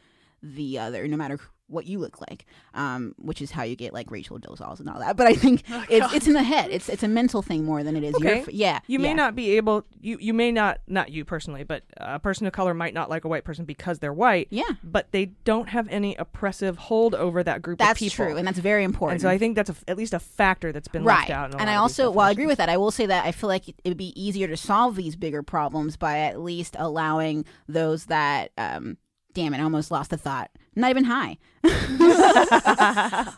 Speaker 3: the other, no matter what you look like, um, which is how you get like racial dolls and all that. But I think it's, it's in the head. It's it's a mental thing more than it is.
Speaker 1: Oh,
Speaker 3: Your,
Speaker 1: Okay.
Speaker 3: f- yeah,
Speaker 1: You may
Speaker 3: yeah.
Speaker 1: not be able. You you may not not you personally, but a person of color might not like a white person because they're white.
Speaker 3: Yeah.
Speaker 1: But they don't have any oppressive hold over that group
Speaker 3: That's
Speaker 1: of people.
Speaker 3: true, and that's very important.
Speaker 1: And so I think that's a, at least a factor that's been
Speaker 3: right.
Speaker 1: left out. In a
Speaker 3: and
Speaker 1: lot
Speaker 3: I
Speaker 1: of these
Speaker 3: also, well, I agree
Speaker 1: definitions.
Speaker 3: with that. I will say that I feel like it would be easier to solve these bigger problems by at least allowing those that, um, damn it, I almost lost the thought. I'm not even high.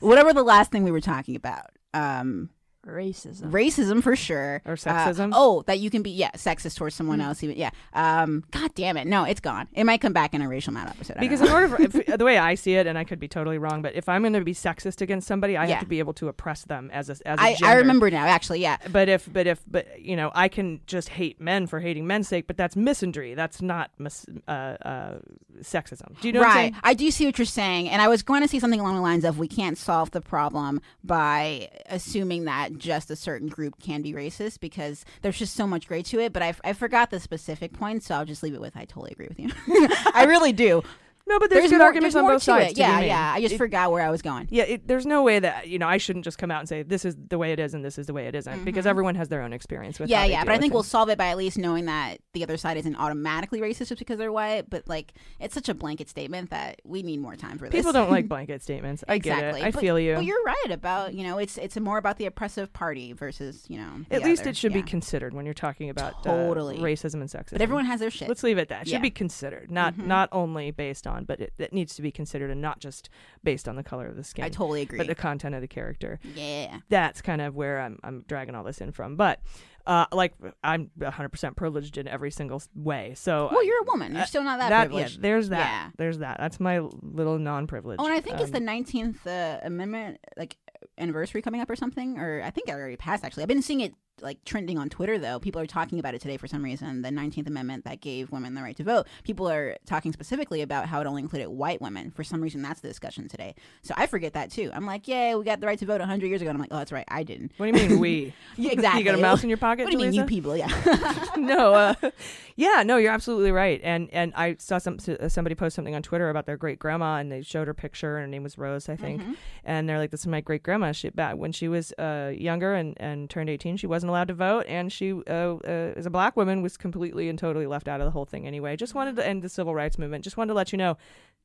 Speaker 3: Whatever the last thing we were talking about. Um,
Speaker 4: Racism.
Speaker 3: racism for sure,
Speaker 1: Or
Speaker 3: Uh,
Speaker 1: sexism? Mm.
Speaker 3: oh, that you can be yeah, sexist towards someone else. Even yeah. Um, God damn it, no, it's gone. It might come back in a racial matter episode. I don't
Speaker 1: Because
Speaker 3: know.
Speaker 1: in order for if, the way I see it, and I could be totally wrong, but if I'm going to be sexist against somebody, I
Speaker 3: Yeah.
Speaker 1: have to be able to oppress them as a as a
Speaker 3: I, I
Speaker 1: gender.
Speaker 3: remember now actually. Yeah,
Speaker 1: But if but if but you know I can just hate men for hating men's sake, but that's misandry. That's not mis- uh, uh, sexism. Do you know what I'm
Speaker 3: right.
Speaker 1: saying?
Speaker 3: I do see what you're saying. And I was going to say something along the lines of we can't solve the problem by assuming that just a certain group can be racist because there's just so much gray to it. But I, I forgot the specific point, so I'll just leave it with I totally agree with you. I really do.
Speaker 1: No, but there's, good
Speaker 3: more,
Speaker 1: arguments
Speaker 3: there's
Speaker 1: on
Speaker 3: more
Speaker 1: both
Speaker 3: to
Speaker 1: sides.
Speaker 3: It.
Speaker 1: to be
Speaker 3: Yeah,
Speaker 1: made.
Speaker 3: yeah. I just forgot where I was going.
Speaker 1: yeah, it, there's no way that you know I shouldn't just come out and say this is the way it is and this is the way it isn't, because everyone has their own experience with.
Speaker 3: Mm-hmm. Yeah,
Speaker 1: how they
Speaker 3: yeah,
Speaker 1: deal
Speaker 3: but I
Speaker 1: with
Speaker 3: think we'll
Speaker 1: things.
Speaker 3: solve it by at least knowing that the other side isn't automatically racist just because they're white. But like, it's such a blanket statement that we need more time for this.
Speaker 1: people don't like blanket statements. I get it. I
Speaker 3: But-
Speaker 1: feel you.
Speaker 3: But you're right about you know it's it's more about the oppressive party versus you know.
Speaker 1: At
Speaker 3: the
Speaker 1: least
Speaker 3: other.
Speaker 1: it should
Speaker 3: Yeah.
Speaker 1: be considered when you're talking about
Speaker 3: Totally.
Speaker 1: uh, racism and sexism.
Speaker 3: But everyone has their shit.
Speaker 1: Let's leave it at that. It
Speaker 3: Yeah. Mm-hmm.
Speaker 1: should be considered, not not only based on, but it, it needs to be considered and not just based on the color of the skin.
Speaker 3: I totally agree.
Speaker 1: But the content of the character.
Speaker 3: yeah.
Speaker 1: That's kind of where I'm I'm dragging all this in from. But uh, like I'm 100% privileged in every single s- way. So uh,
Speaker 3: Well, you're a woman. You're still not that,
Speaker 1: that yeah,
Speaker 3: privileged.
Speaker 1: there's that.
Speaker 3: Yeah.
Speaker 1: There's that. That's my little non-privilege.
Speaker 3: Oh, and I think it's
Speaker 1: Um,
Speaker 3: the 19th uh, Amendment like anniversary coming up or something, or I think it already passed. Actually, I've been seeing it like trending on Twitter though. People are talking about it today for some reason. The 19th Amendment that gave women the right to vote. People are talking specifically about how it only included white women. For some reason, that's the discussion today. So I forget that too. I'm like, yay, we got the right to vote 100 years ago. And I'm like, oh, that's right, I didn't.
Speaker 1: What do you mean we?
Speaker 3: Yeah, exactly.
Speaker 1: you got a mouse in your pocket,
Speaker 3: What do you
Speaker 1: Julissa?
Speaker 3: mean, you people? Yeah.
Speaker 1: no, uh, yeah, no, you're absolutely right. And and I saw some s- uh, somebody post something on Twitter about their great grandma, and they showed her picture, and her name was Rose, I think.
Speaker 3: Mm-hmm.
Speaker 1: And they're like, "This is my great grandma. She back when she was uh, younger and, and turned 18, she wasn't allowed to vote, and she uh, uh, as a black woman was completely and totally left out of the whole thing anyway. Just wanted to end the civil rights movement. Just wanted to let you know."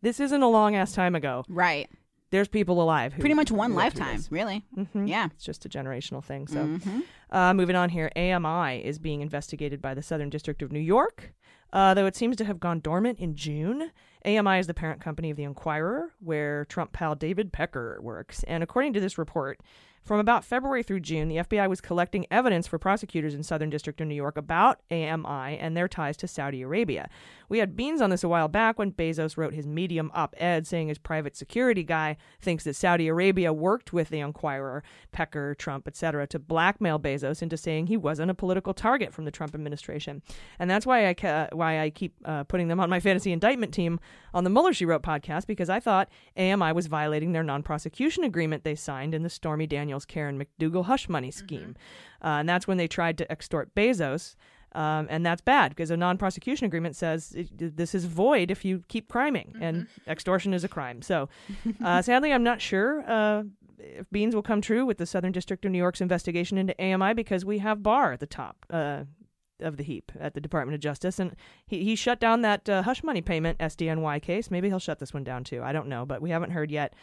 Speaker 1: This isn't a long ass time ago.
Speaker 3: right.
Speaker 1: There's people alive. Who
Speaker 3: Pretty much one
Speaker 1: who lived through
Speaker 3: lifetime, Mm-hmm.
Speaker 1: this.
Speaker 3: really. Yeah.
Speaker 1: It's just a generational thing. Mm-hmm. So, uh, moving on here, AMI is being investigated by the Southern District of New York, uh, though it seems to have gone dormant in June. AMI is the parent company of the Inquirer, where Trump pal David Pecker works. And according to this report, from about February through June, the FBI was collecting evidence for prosecutors in Southern District of New York about AMI and their ties to Saudi Arabia. We had beans on this a while back when Bezos wrote his Medium op ed saying his private security guy thinks that Saudi Arabia worked with the Inquirer, Pecker, Trump, etc., to blackmail Bezos into saying he wasn't a political target from the Trump administration. And that's why I, ca- why I keep uh, putting them on my fantasy indictment team on the Mueller She Wrote podcast because I thought AMI was violating their non prosecution agreement they signed in the Stormy Daniels Karen McDougal hush money scheme. Uh, and that's when they tried to extort Bezos. Um, and that's bad because a non prosecution agreement says it, this is void if you keep criming, and
Speaker 3: Mm-hmm.
Speaker 1: extortion is a crime. So uh, sadly, I'm not sure uh, if beans will come true with the Southern District of New York's investigation into AMI because we have Barr at the top. Uh, of the heap at the Department of Justice, and he, he shut down that uh, hush money payment SDNY case. Maybe he'll shut this one down too. I don't know, but we haven't heard yet.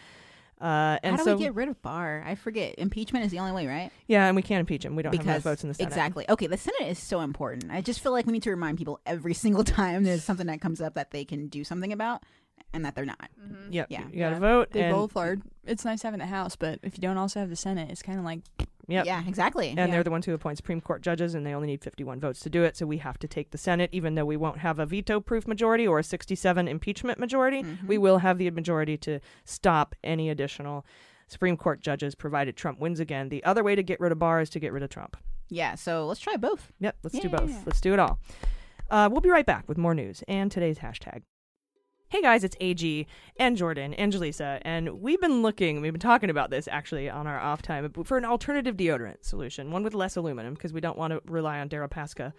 Speaker 1: Uh, and
Speaker 3: How do
Speaker 1: so,
Speaker 3: we get rid of Barr? I forget. Impeachment is the only way, right?
Speaker 1: yeah, and we can't impeach him. We don't have enough votes in the Senate.
Speaker 3: exactly. Okay, the Senate is so important. I just feel like we need to remind people every single time there's something that comes up that they can do something about, and that they're not.
Speaker 1: Yep.
Speaker 3: Mm-hmm. Yeah.
Speaker 1: You got to
Speaker 4: Yeah.
Speaker 1: vote.
Speaker 4: They
Speaker 1: and,
Speaker 4: both are. It's nice having the House, but if you don't also have the Senate, it's kind of like
Speaker 1: Yep.
Speaker 3: Yeah, exactly.
Speaker 1: And
Speaker 4: Yeah.
Speaker 1: they're the ones who appoint Supreme Court judges, and they only need 51 votes to do it. So we have to take the Senate, even though we won't have a veto proof majority or a 67 impeachment majority.
Speaker 3: Mm-hmm.
Speaker 1: We will have the majority to stop any additional Supreme Court judges, provided Trump wins again. The other way to get rid of Barr is to get rid of Trump.
Speaker 3: Yeah, so let's try both.
Speaker 1: Yep, let's do
Speaker 4: Yeah.
Speaker 1: both. Let's do it all. Uh, we'll be right back with more news and today's hashtag. Hey guys, it's AG and Jordan and Jaleesa, and we've been looking, we've been talking about this actually on our off time for an alternative deodorant solution, one with less aluminum, because we don't want to rely on Deripaska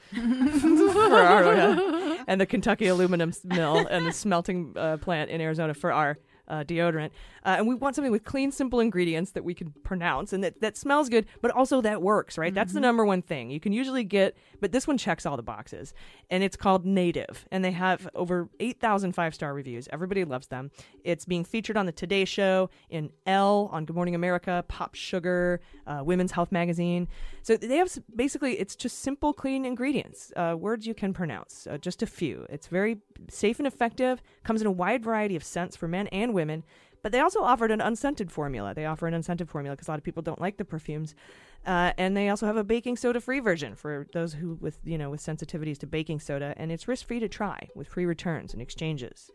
Speaker 1: for our, uh, and the Kentucky aluminum s- mill and the smelting uh, plant in Arizona for our uh, deodorant. Uh, and we want something with clean, simple ingredients that we can pronounce and that, that smells good, but also that works, right? That's the number one thing. You can usually get, but this one checks all the boxes. And it's called Native. And they have over 8,000 five star reviews. Everybody loves them. It's being featured on the Today Show, in Elle, on Good Morning America, Pop Sugar, uh, Women's Health Magazine. So they have s- basically, it's just simple, clean ingredients, uh, words you can pronounce, uh, just a few. It's very safe and effective, comes in a wide variety of scents for men and women. But they also offered an unscented formula. They offer an unscented formula because a lot of people don't like the perfumes, uh, and they also have a baking soda-free version for those who with you know with sensitivities to baking soda, and it's risk-free to try with free returns and exchanges.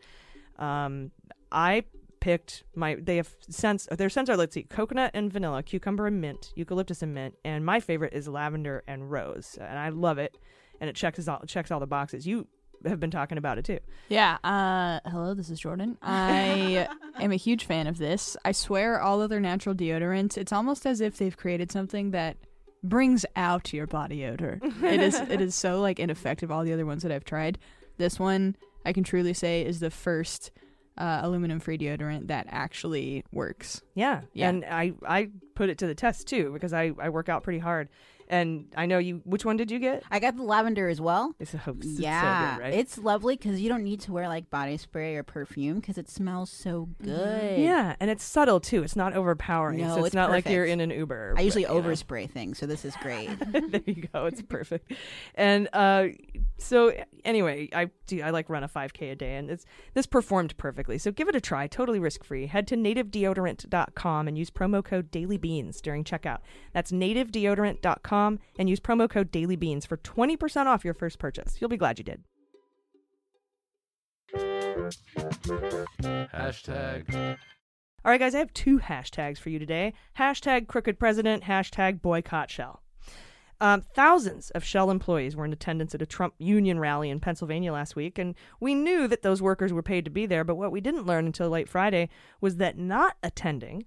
Speaker 1: Um, I picked my they have scents. Their scents are let's see, coconut and vanilla, cucumber and mint, eucalyptus and mint, and my favorite is lavender and rose, and I love it. And it checks all checks all the boxes. You have been talking about it too.
Speaker 4: Yeah. Uh, hello, this is Jordan. I am a huge fan of this. I swear, all other natural deodorants. It's almost as if they've created something that brings out your body odor. it is. It is so like ineffective. All the other ones that I've tried. This one, I can truly say, is the first uh, aluminum-free deodorant that actually works.
Speaker 1: Yeah.
Speaker 4: Yeah.
Speaker 1: And I, I put it to the test too because I, I work out pretty hard. And I know you, which one did you get?
Speaker 3: I got the lavender as well.
Speaker 1: It's a hoax.
Speaker 3: yeah,
Speaker 1: It's so good, right?
Speaker 3: it's lovely because you don't need to wear like body spray or perfume because it smells so good.
Speaker 1: yeah. And it's subtle too. It's not overpowering.
Speaker 3: No,
Speaker 1: so it's,
Speaker 3: it's
Speaker 1: not like you're
Speaker 3: perfect.
Speaker 1: in an Uber.
Speaker 3: I usually
Speaker 1: but, you know.
Speaker 3: overspray things, so this is great.
Speaker 1: there you go. It's perfect. And uh, so anyway, I do. I like run a 5K a day, and it's this performed perfectly. So give it a try, totally risk free. Head to nativedeodorant.com and use promo code DailyBeans during checkout. That's nativedeodorant.com and use promo code DailyBeans for 20% off your first purchase. You'll be glad you did.
Speaker 5: Hashtag.
Speaker 1: All right, guys, I have two hashtags for you today hashtag crooked president, hashtag boycott Shell. Um, thousands of Shell employees were in attendance at a Trump union rally in Pennsylvania last week, and we knew that those workers were paid to be there, but what we didn't learn until late Friday was that not attending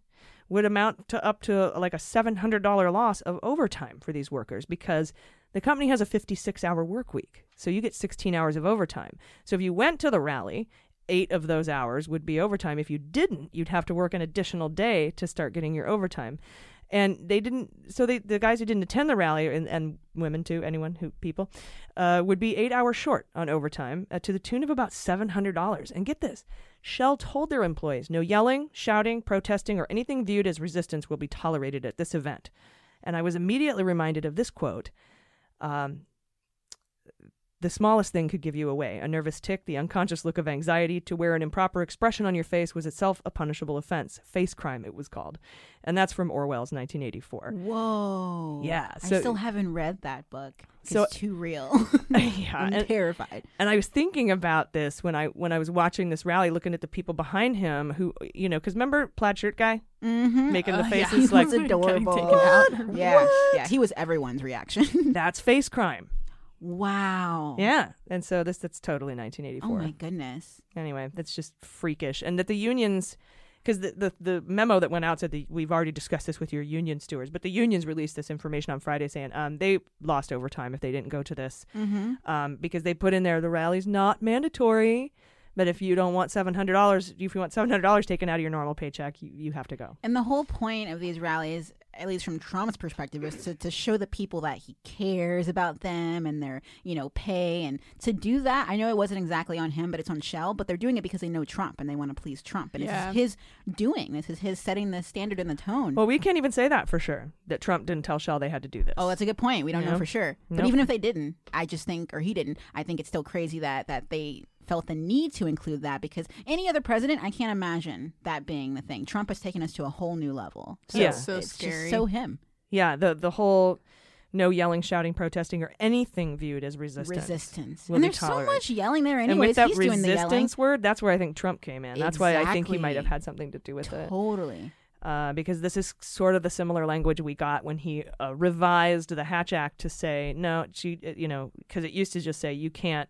Speaker 1: would amount to up to like a $700 loss of overtime for these workers because the company has a 56 hour work week. So you get 16 hours of overtime. So if you went to the rally, eight of those hours would be overtime. If you didn't, you'd have to work an additional day to start getting your overtime. And they didn't, so they, the guys who didn't attend the rally, and, and women too, anyone who, people, uh, would be eight hours short on overtime uh, to the tune of about $700. And get this Shell told their employees no yelling, shouting, protesting, or anything viewed as resistance will be tolerated at this event. And I was immediately reminded of this quote um, the smallest thing could give you away. A nervous tick, the unconscious look of anxiety, to wear an improper expression on your face was itself a punishable offense. Face crime, it was called. And that's from Orwell's 1984.
Speaker 3: Whoa.
Speaker 1: Yeah,
Speaker 3: I
Speaker 1: so-
Speaker 3: still haven't read that book. It's
Speaker 1: So-
Speaker 3: too real.
Speaker 1: yeah.
Speaker 3: I'm
Speaker 1: and-
Speaker 3: terrified.
Speaker 1: and I was thinking about this when I when I was watching this rally, looking at the people behind him who you know, because remember plaid shirt guy
Speaker 3: Mm-hmm.
Speaker 1: making the
Speaker 4: Oh, yeah.
Speaker 1: faces
Speaker 3: He's
Speaker 1: like
Speaker 4: Getting
Speaker 3: adorable.
Speaker 4: taken out.
Speaker 3: Yeah, yeah. He was everyone's reaction.
Speaker 1: that's face crime.
Speaker 3: wow.
Speaker 1: Yeah, and so this that's totally 1984.
Speaker 3: Oh my goodness.
Speaker 1: anyway, that's just freakish. And that the unions, because the, the the memo that went out said that we've already discussed this with your union stewards, but the unions released this information on Friday saying um, they lost overtime if they didn't go to this
Speaker 3: Mm-hmm.
Speaker 1: um, because they put in there the rally's not mandatory. But if you don't want seven hundred dollars, if you want seven hundred dollars taken out of your normal paycheck, you, you have to go.
Speaker 3: And the whole point of these rallies at least from Trump's perspective, is to, to show the people that he cares about them and their, you know, pay. And to do that, I know it wasn't exactly on him, but it's on Shell, but they're doing it because they know Trump and they want to please Trump. And
Speaker 4: Yeah.
Speaker 3: this is his doing. This is his setting the standard and the tone.
Speaker 1: Well, we can't even say that for sure that Trump didn't tell Shell they had to do this.
Speaker 3: Oh, that's a good point. We don't
Speaker 1: Yeah.
Speaker 3: know for sure. But
Speaker 1: Nope.
Speaker 3: even if they didn't, I just think, or he didn't, I think it's still crazy that that they felt the need to include that because any other president, I can't imagine that being the thing. Trump has taken us to a whole new level. So
Speaker 1: Yeah.
Speaker 4: So
Speaker 3: it's
Speaker 4: scary.
Speaker 3: Just so him
Speaker 1: yeah. The the whole no yelling, shouting, protesting, or anything viewed as resistance.
Speaker 3: resistance.
Speaker 1: will
Speaker 3: and
Speaker 1: be
Speaker 3: there's
Speaker 1: tolerated.
Speaker 3: so much yelling there, anyways.
Speaker 1: and with that
Speaker 3: He's doing the yelling.
Speaker 1: resistance word, that's where I think Trump came in. That's why I think he might have
Speaker 3: Exactly.
Speaker 1: had something to do with it.
Speaker 3: Totally.
Speaker 1: uh, because this is sort of the similar language we got when he uh, revised the Hatch Act to say no, she, uh, you know, because it used to just say you can't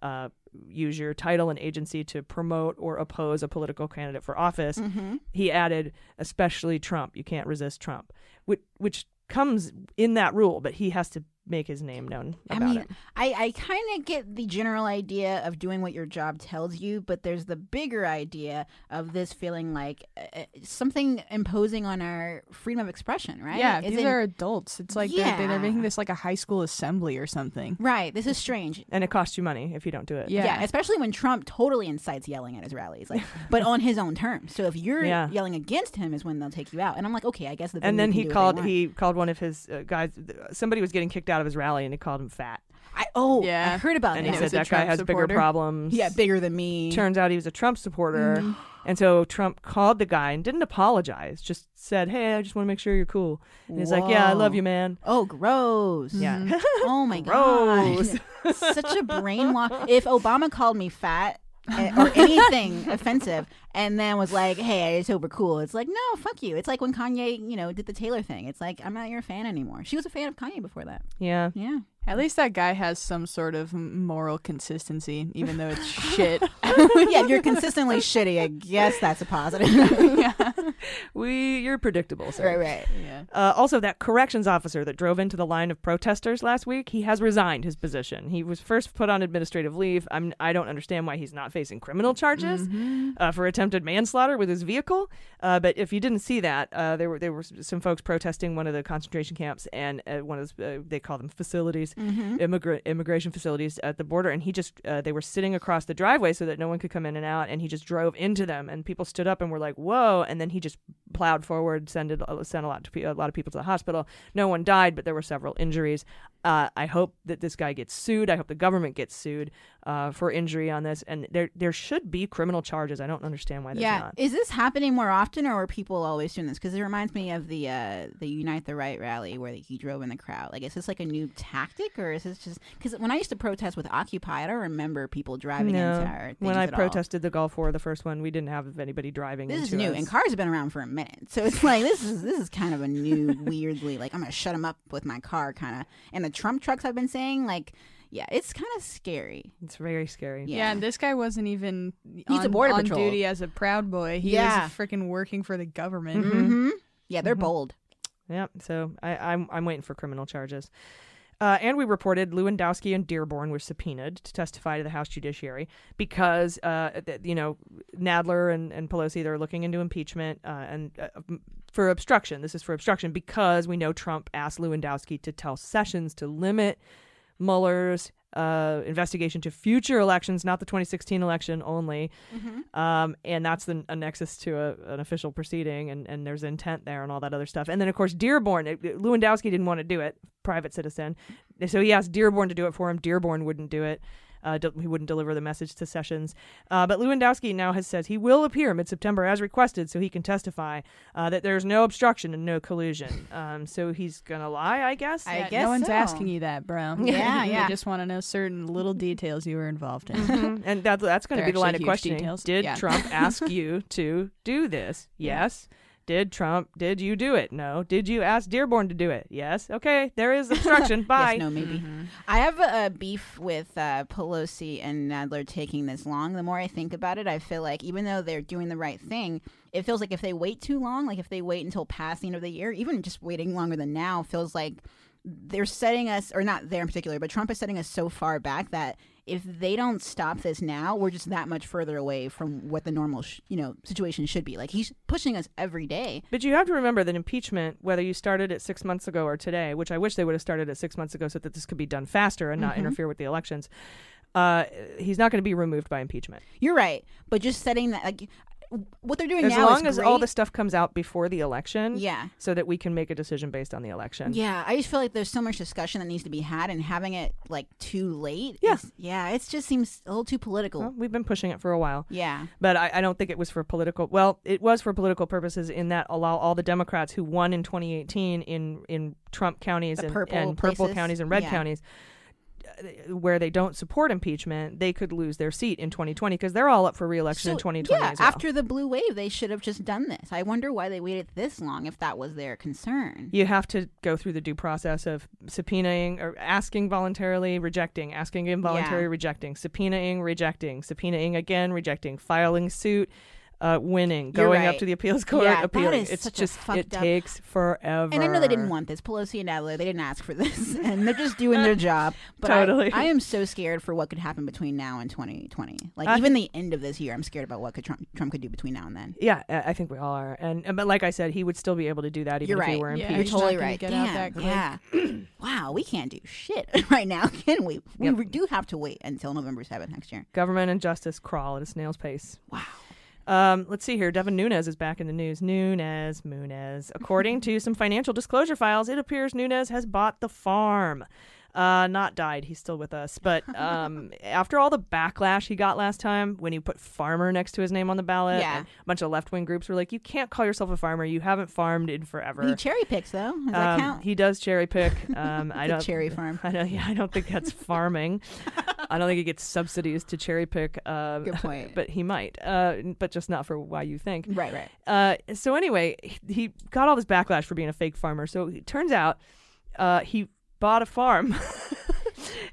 Speaker 1: uh, use your title and agency to promote or oppose a political candidate for office.
Speaker 3: Mm.
Speaker 1: He added, especially Trump, you can't resist Trump, which which comes in that rule, but he has to make his name known about
Speaker 3: I mean,
Speaker 1: it.
Speaker 3: I, I kind of get the general idea of doing what your job tells you, but there's the bigger idea of this feeling like uh, uh, something imposing on our freedom of expression, right?
Speaker 4: Yeah,
Speaker 3: Is
Speaker 4: these
Speaker 3: it-
Speaker 4: are adults. It's like they're- they're,
Speaker 3: Yeah.
Speaker 4: they're making this like a high school assembly or something.
Speaker 3: Right. This is strange.
Speaker 1: And it costs you money if you don't do it.
Speaker 4: Yeah.
Speaker 3: Yeah. especially when Trump totally incites yelling at his rallies, like, but on his own terms. So if you're
Speaker 1: Yeah.
Speaker 3: yelling against him, is when they'll take you out. And I'm like, okay, I guess. The
Speaker 1: And then
Speaker 3: Biden
Speaker 1: he
Speaker 3: can do what they
Speaker 1: called
Speaker 3: want.
Speaker 1: he called one of his uh, guys. Somebody was getting kicked out of his rally, and he called him fat.
Speaker 3: I, oh,
Speaker 4: Yeah.
Speaker 3: I heard about
Speaker 1: and
Speaker 4: Yeah.
Speaker 1: he
Speaker 3: that.
Speaker 1: said
Speaker 4: was a
Speaker 1: that guy
Speaker 4: Trump
Speaker 1: has bigger
Speaker 4: supporter.
Speaker 1: problems.
Speaker 3: yeah, E. Mm-hmm. bigger than me.
Speaker 1: Turns out he was a Trump supporter, and so Trump called the guy and didn't apologize. Just said, "Hey, I just want to make sure you're cool." And he's like, "Yeah, I love
Speaker 3: Whoa.
Speaker 1: you, man."
Speaker 3: Oh, gross.
Speaker 1: Yeah,
Speaker 3: Oh my
Speaker 1: Gross.
Speaker 3: god. Such a brainwash. If Obama called me fat eh, or anything offensive and then was like, "Hey, it's over cool." It's like, "No, fuck you." It's like when Kanye, you know, did the Taylor thing. It's like, "I'm not your fan anymore." She was a fan of Kanye before that.
Speaker 1: yeah.
Speaker 3: Yeah.
Speaker 4: At least that guy has some sort of m- moral consistency, even though it's shit.
Speaker 3: yeah, if you're consistently shitty, I guess that's a positive.
Speaker 4: yeah.
Speaker 1: We, you're predictable. Sir.
Speaker 3: right, right.
Speaker 4: Yeah.
Speaker 1: Uh, also, that corrections officer that drove into the line of protesters last week, he has resigned his position. He was first put on administrative leave. I'm, I don't understand why he's not facing criminal charges
Speaker 3: Mm-hmm.
Speaker 1: uh, for attempted manslaughter with his vehicle. Uh, but if you didn't see that, uh, there were there were s- some folks protesting one of the concentration camps and uh, one of those, uh, they call them facilities, immigra- immigration facilities at the border. And he just uh, they were sitting across the driveway so that no one could come in and out, and he just drove into them. And people stood up and were like, "Whoa!" And then he just plowed forward, sended sent a lot to pe- a lot of people to the hospital. No one died, but there were several injuries. Uh, I hope that this guy gets sued. I hope the government gets sued uh, for injury on this. And there there should be criminal charges. I don't understand why there's
Speaker 3: Yeah,
Speaker 1: not.
Speaker 3: is this happening more often, or are people always doing this? Because it reminds me of the uh, the Unite the Right rally where he drove in the crowd. Like, is this like a new tactic, or is this just because when I used to protest with Occupy, I don't remember people driving
Speaker 1: No.
Speaker 3: into our things
Speaker 1: when I
Speaker 3: at all.
Speaker 1: protested the Gulf War, the first one, we didn't have anybody driving.
Speaker 3: This is
Speaker 1: into
Speaker 3: new,
Speaker 1: us.
Speaker 3: and cars have been around for a minute, so it's like this is this is kind of a new, weirdly like I'm gonna shut them up with my car kind of. And the Trump trucks I've been saying, like, yeah, it's kind of scary.
Speaker 1: it's very scary.
Speaker 4: Yeah. and this guy wasn't even
Speaker 3: He's
Speaker 4: on,
Speaker 3: a border
Speaker 4: on
Speaker 3: patrol.
Speaker 4: duty as a proud boy. He
Speaker 3: Yeah.
Speaker 4: was freaking working for the government.
Speaker 3: hmm Yeah,
Speaker 1: Mm-hmm.
Speaker 3: they're bold.
Speaker 1: Yeah, so I, I'm I'm waiting for criminal charges. Uh, and we reported Lewandowski and Dearborn were subpoenaed to testify to the House Judiciary because, uh, th- you know, Nadler and, and Pelosi, they're looking into impeachment uh, and uh, m- for obstruction. This is for obstruction because we know Trump asked Lewandowski to tell Sessions to limit Mueller's uh, investigation to future elections, not the 2016 election only. Um, and that's the, a nexus to a, an official proceeding, and, and there's intent there and all that other stuff. And then, of course, Dearborn, it, it- Lewandowski didn't want to do it, private citizen. So he asked Dearborn to do it for him. Dearborn wouldn't do it. Uh, de- he wouldn't deliver the message to Sessions. Uh, but Lewandowski now has said he will appear mid September as requested so he can testify uh, that there's no obstruction and no collusion. Um, so he's going to lie, I guess.
Speaker 3: I
Speaker 4: Yeah,
Speaker 3: guess
Speaker 4: no one's
Speaker 3: so.
Speaker 4: asking you that, bro.
Speaker 3: Yeah, yeah.
Speaker 4: They just want to know certain little details you were involved in.
Speaker 1: Mhm. and that, that's going to be
Speaker 4: They're
Speaker 1: the
Speaker 4: actually
Speaker 1: line of
Speaker 4: huge
Speaker 1: questioning.
Speaker 4: details.
Speaker 1: Did
Speaker 4: Yeah.
Speaker 1: Trump ask you to do this? Yes. Did Trump? Did you do it? No. Did you ask Dearborn to do it? Yes. Okay. There is obstruction. Bye.
Speaker 3: Yes, no, maybe.
Speaker 1: Mm-hmm.
Speaker 3: I have a, a beef with uh, Pelosi and Nadler taking this long. The more I think about it, I feel like even though they're doing the right thing, it feels like if they wait too long, like if they wait until past the end of the year, even just waiting longer than now, feels like they're setting us, or not there in particular, but Trump is setting us so far back that if they don't stop this now, we're just that much further away from what the normal, sh- you know, situation should be. Like he's pushing us every day.
Speaker 1: But you have to remember that impeachment, whether you started it six months ago or today, which I wish they would have started it six months ago so that this could be done faster and
Speaker 3: Mm-hmm.
Speaker 1: not interfere with the elections, uh, he's not going to be removed by impeachment.
Speaker 3: You're right, but just setting that like what they're doing
Speaker 1: As
Speaker 3: now
Speaker 1: long as
Speaker 3: is
Speaker 1: all
Speaker 3: great.
Speaker 1: the stuff comes out before the election,
Speaker 3: Yeah.
Speaker 1: so that we can make a decision based on the election.
Speaker 3: Yeah, I just feel like there's so much discussion that needs to be had, and having it like too late.
Speaker 1: Yeah.
Speaker 3: is- yeah, it just seems a little too political.
Speaker 1: Well, we've been pushing it for a while.
Speaker 3: Yeah,
Speaker 1: But I, I don't think it was for political. Well, it was for political purposes in that allow all the Democrats who won in 2018 in in Trump counties
Speaker 3: The
Speaker 1: and
Speaker 3: purple
Speaker 1: and purple
Speaker 3: places.
Speaker 1: counties and red
Speaker 3: Yeah.
Speaker 1: counties, uh, where they don't support impeachment, they could lose their seat in 2020 because they're all up for reelection in
Speaker 3: So,
Speaker 1: 2020
Speaker 3: Yeah,
Speaker 1: as well.
Speaker 3: after the blue wave, they should have just done this. I wonder why they waited this long if that was their concern.
Speaker 1: you have to go through the due process of subpoenaing or asking voluntarily, rejecting, asking involuntary,
Speaker 3: Yeah.
Speaker 1: rejecting, subpoenaing, rejecting, subpoenaing again, rejecting, filing suit, uh, winning,
Speaker 3: You're
Speaker 1: going up
Speaker 3: right.
Speaker 1: to the appeals court,
Speaker 3: Yeah, that
Speaker 1: appealing.
Speaker 3: is
Speaker 1: it's
Speaker 3: such a
Speaker 1: just it
Speaker 3: fucked up-
Speaker 1: takes forever.
Speaker 3: And I know they didn't want this. Pelosi and Adler, they didn't ask for this, and they're just doing their job. But I-
Speaker 1: Totally.
Speaker 3: I, am so scared for what could happen between now and 2020. Like
Speaker 1: I-
Speaker 3: even the end of this year, I'm scared about what could Trump, Trump could do between now and then.
Speaker 1: Yeah, I I think we all are. And but like I said, he would still be able to do that even
Speaker 3: You're
Speaker 1: if he
Speaker 3: right.
Speaker 1: were
Speaker 4: Yeah,
Speaker 1: impeached.
Speaker 4: You're totally right.
Speaker 3: Get
Speaker 4: Get
Speaker 3: Damn,
Speaker 4: out that quick.
Speaker 3: yeah. wow, we can't do shit right now, can we? We re- do have to wait until November 7th next year.
Speaker 1: Government and justice crawl at a snail's pace.
Speaker 3: Wow.
Speaker 1: Um, let's see here. Devin Nunes is back in the news. Nunes, Munez. According to some financial disclosure files, it appears Nunes has bought the farm. Uh, not died. He's still with us. But um, after all the backlash he got last time when he put farmer next to his name on the ballot,
Speaker 3: Yeah.
Speaker 1: and a bunch of left wing groups were like, you can't call yourself a farmer. You haven't farmed in forever.
Speaker 3: He cherry picks though. Does that
Speaker 1: Um,
Speaker 3: count?
Speaker 1: He does cherry pick. Um, I
Speaker 3: The
Speaker 1: don't
Speaker 3: cherry farm.
Speaker 1: I don't. Yeah, I don't think that's farming. I don't think he gets subsidies to cherry pick. Uh,
Speaker 3: Good point.
Speaker 1: But he might. Uh, but just not for why you think.
Speaker 3: Right, right.
Speaker 1: Uh, so anyway, he, he got all this backlash for being a fake farmer. So it turns out uh, he bought a farm.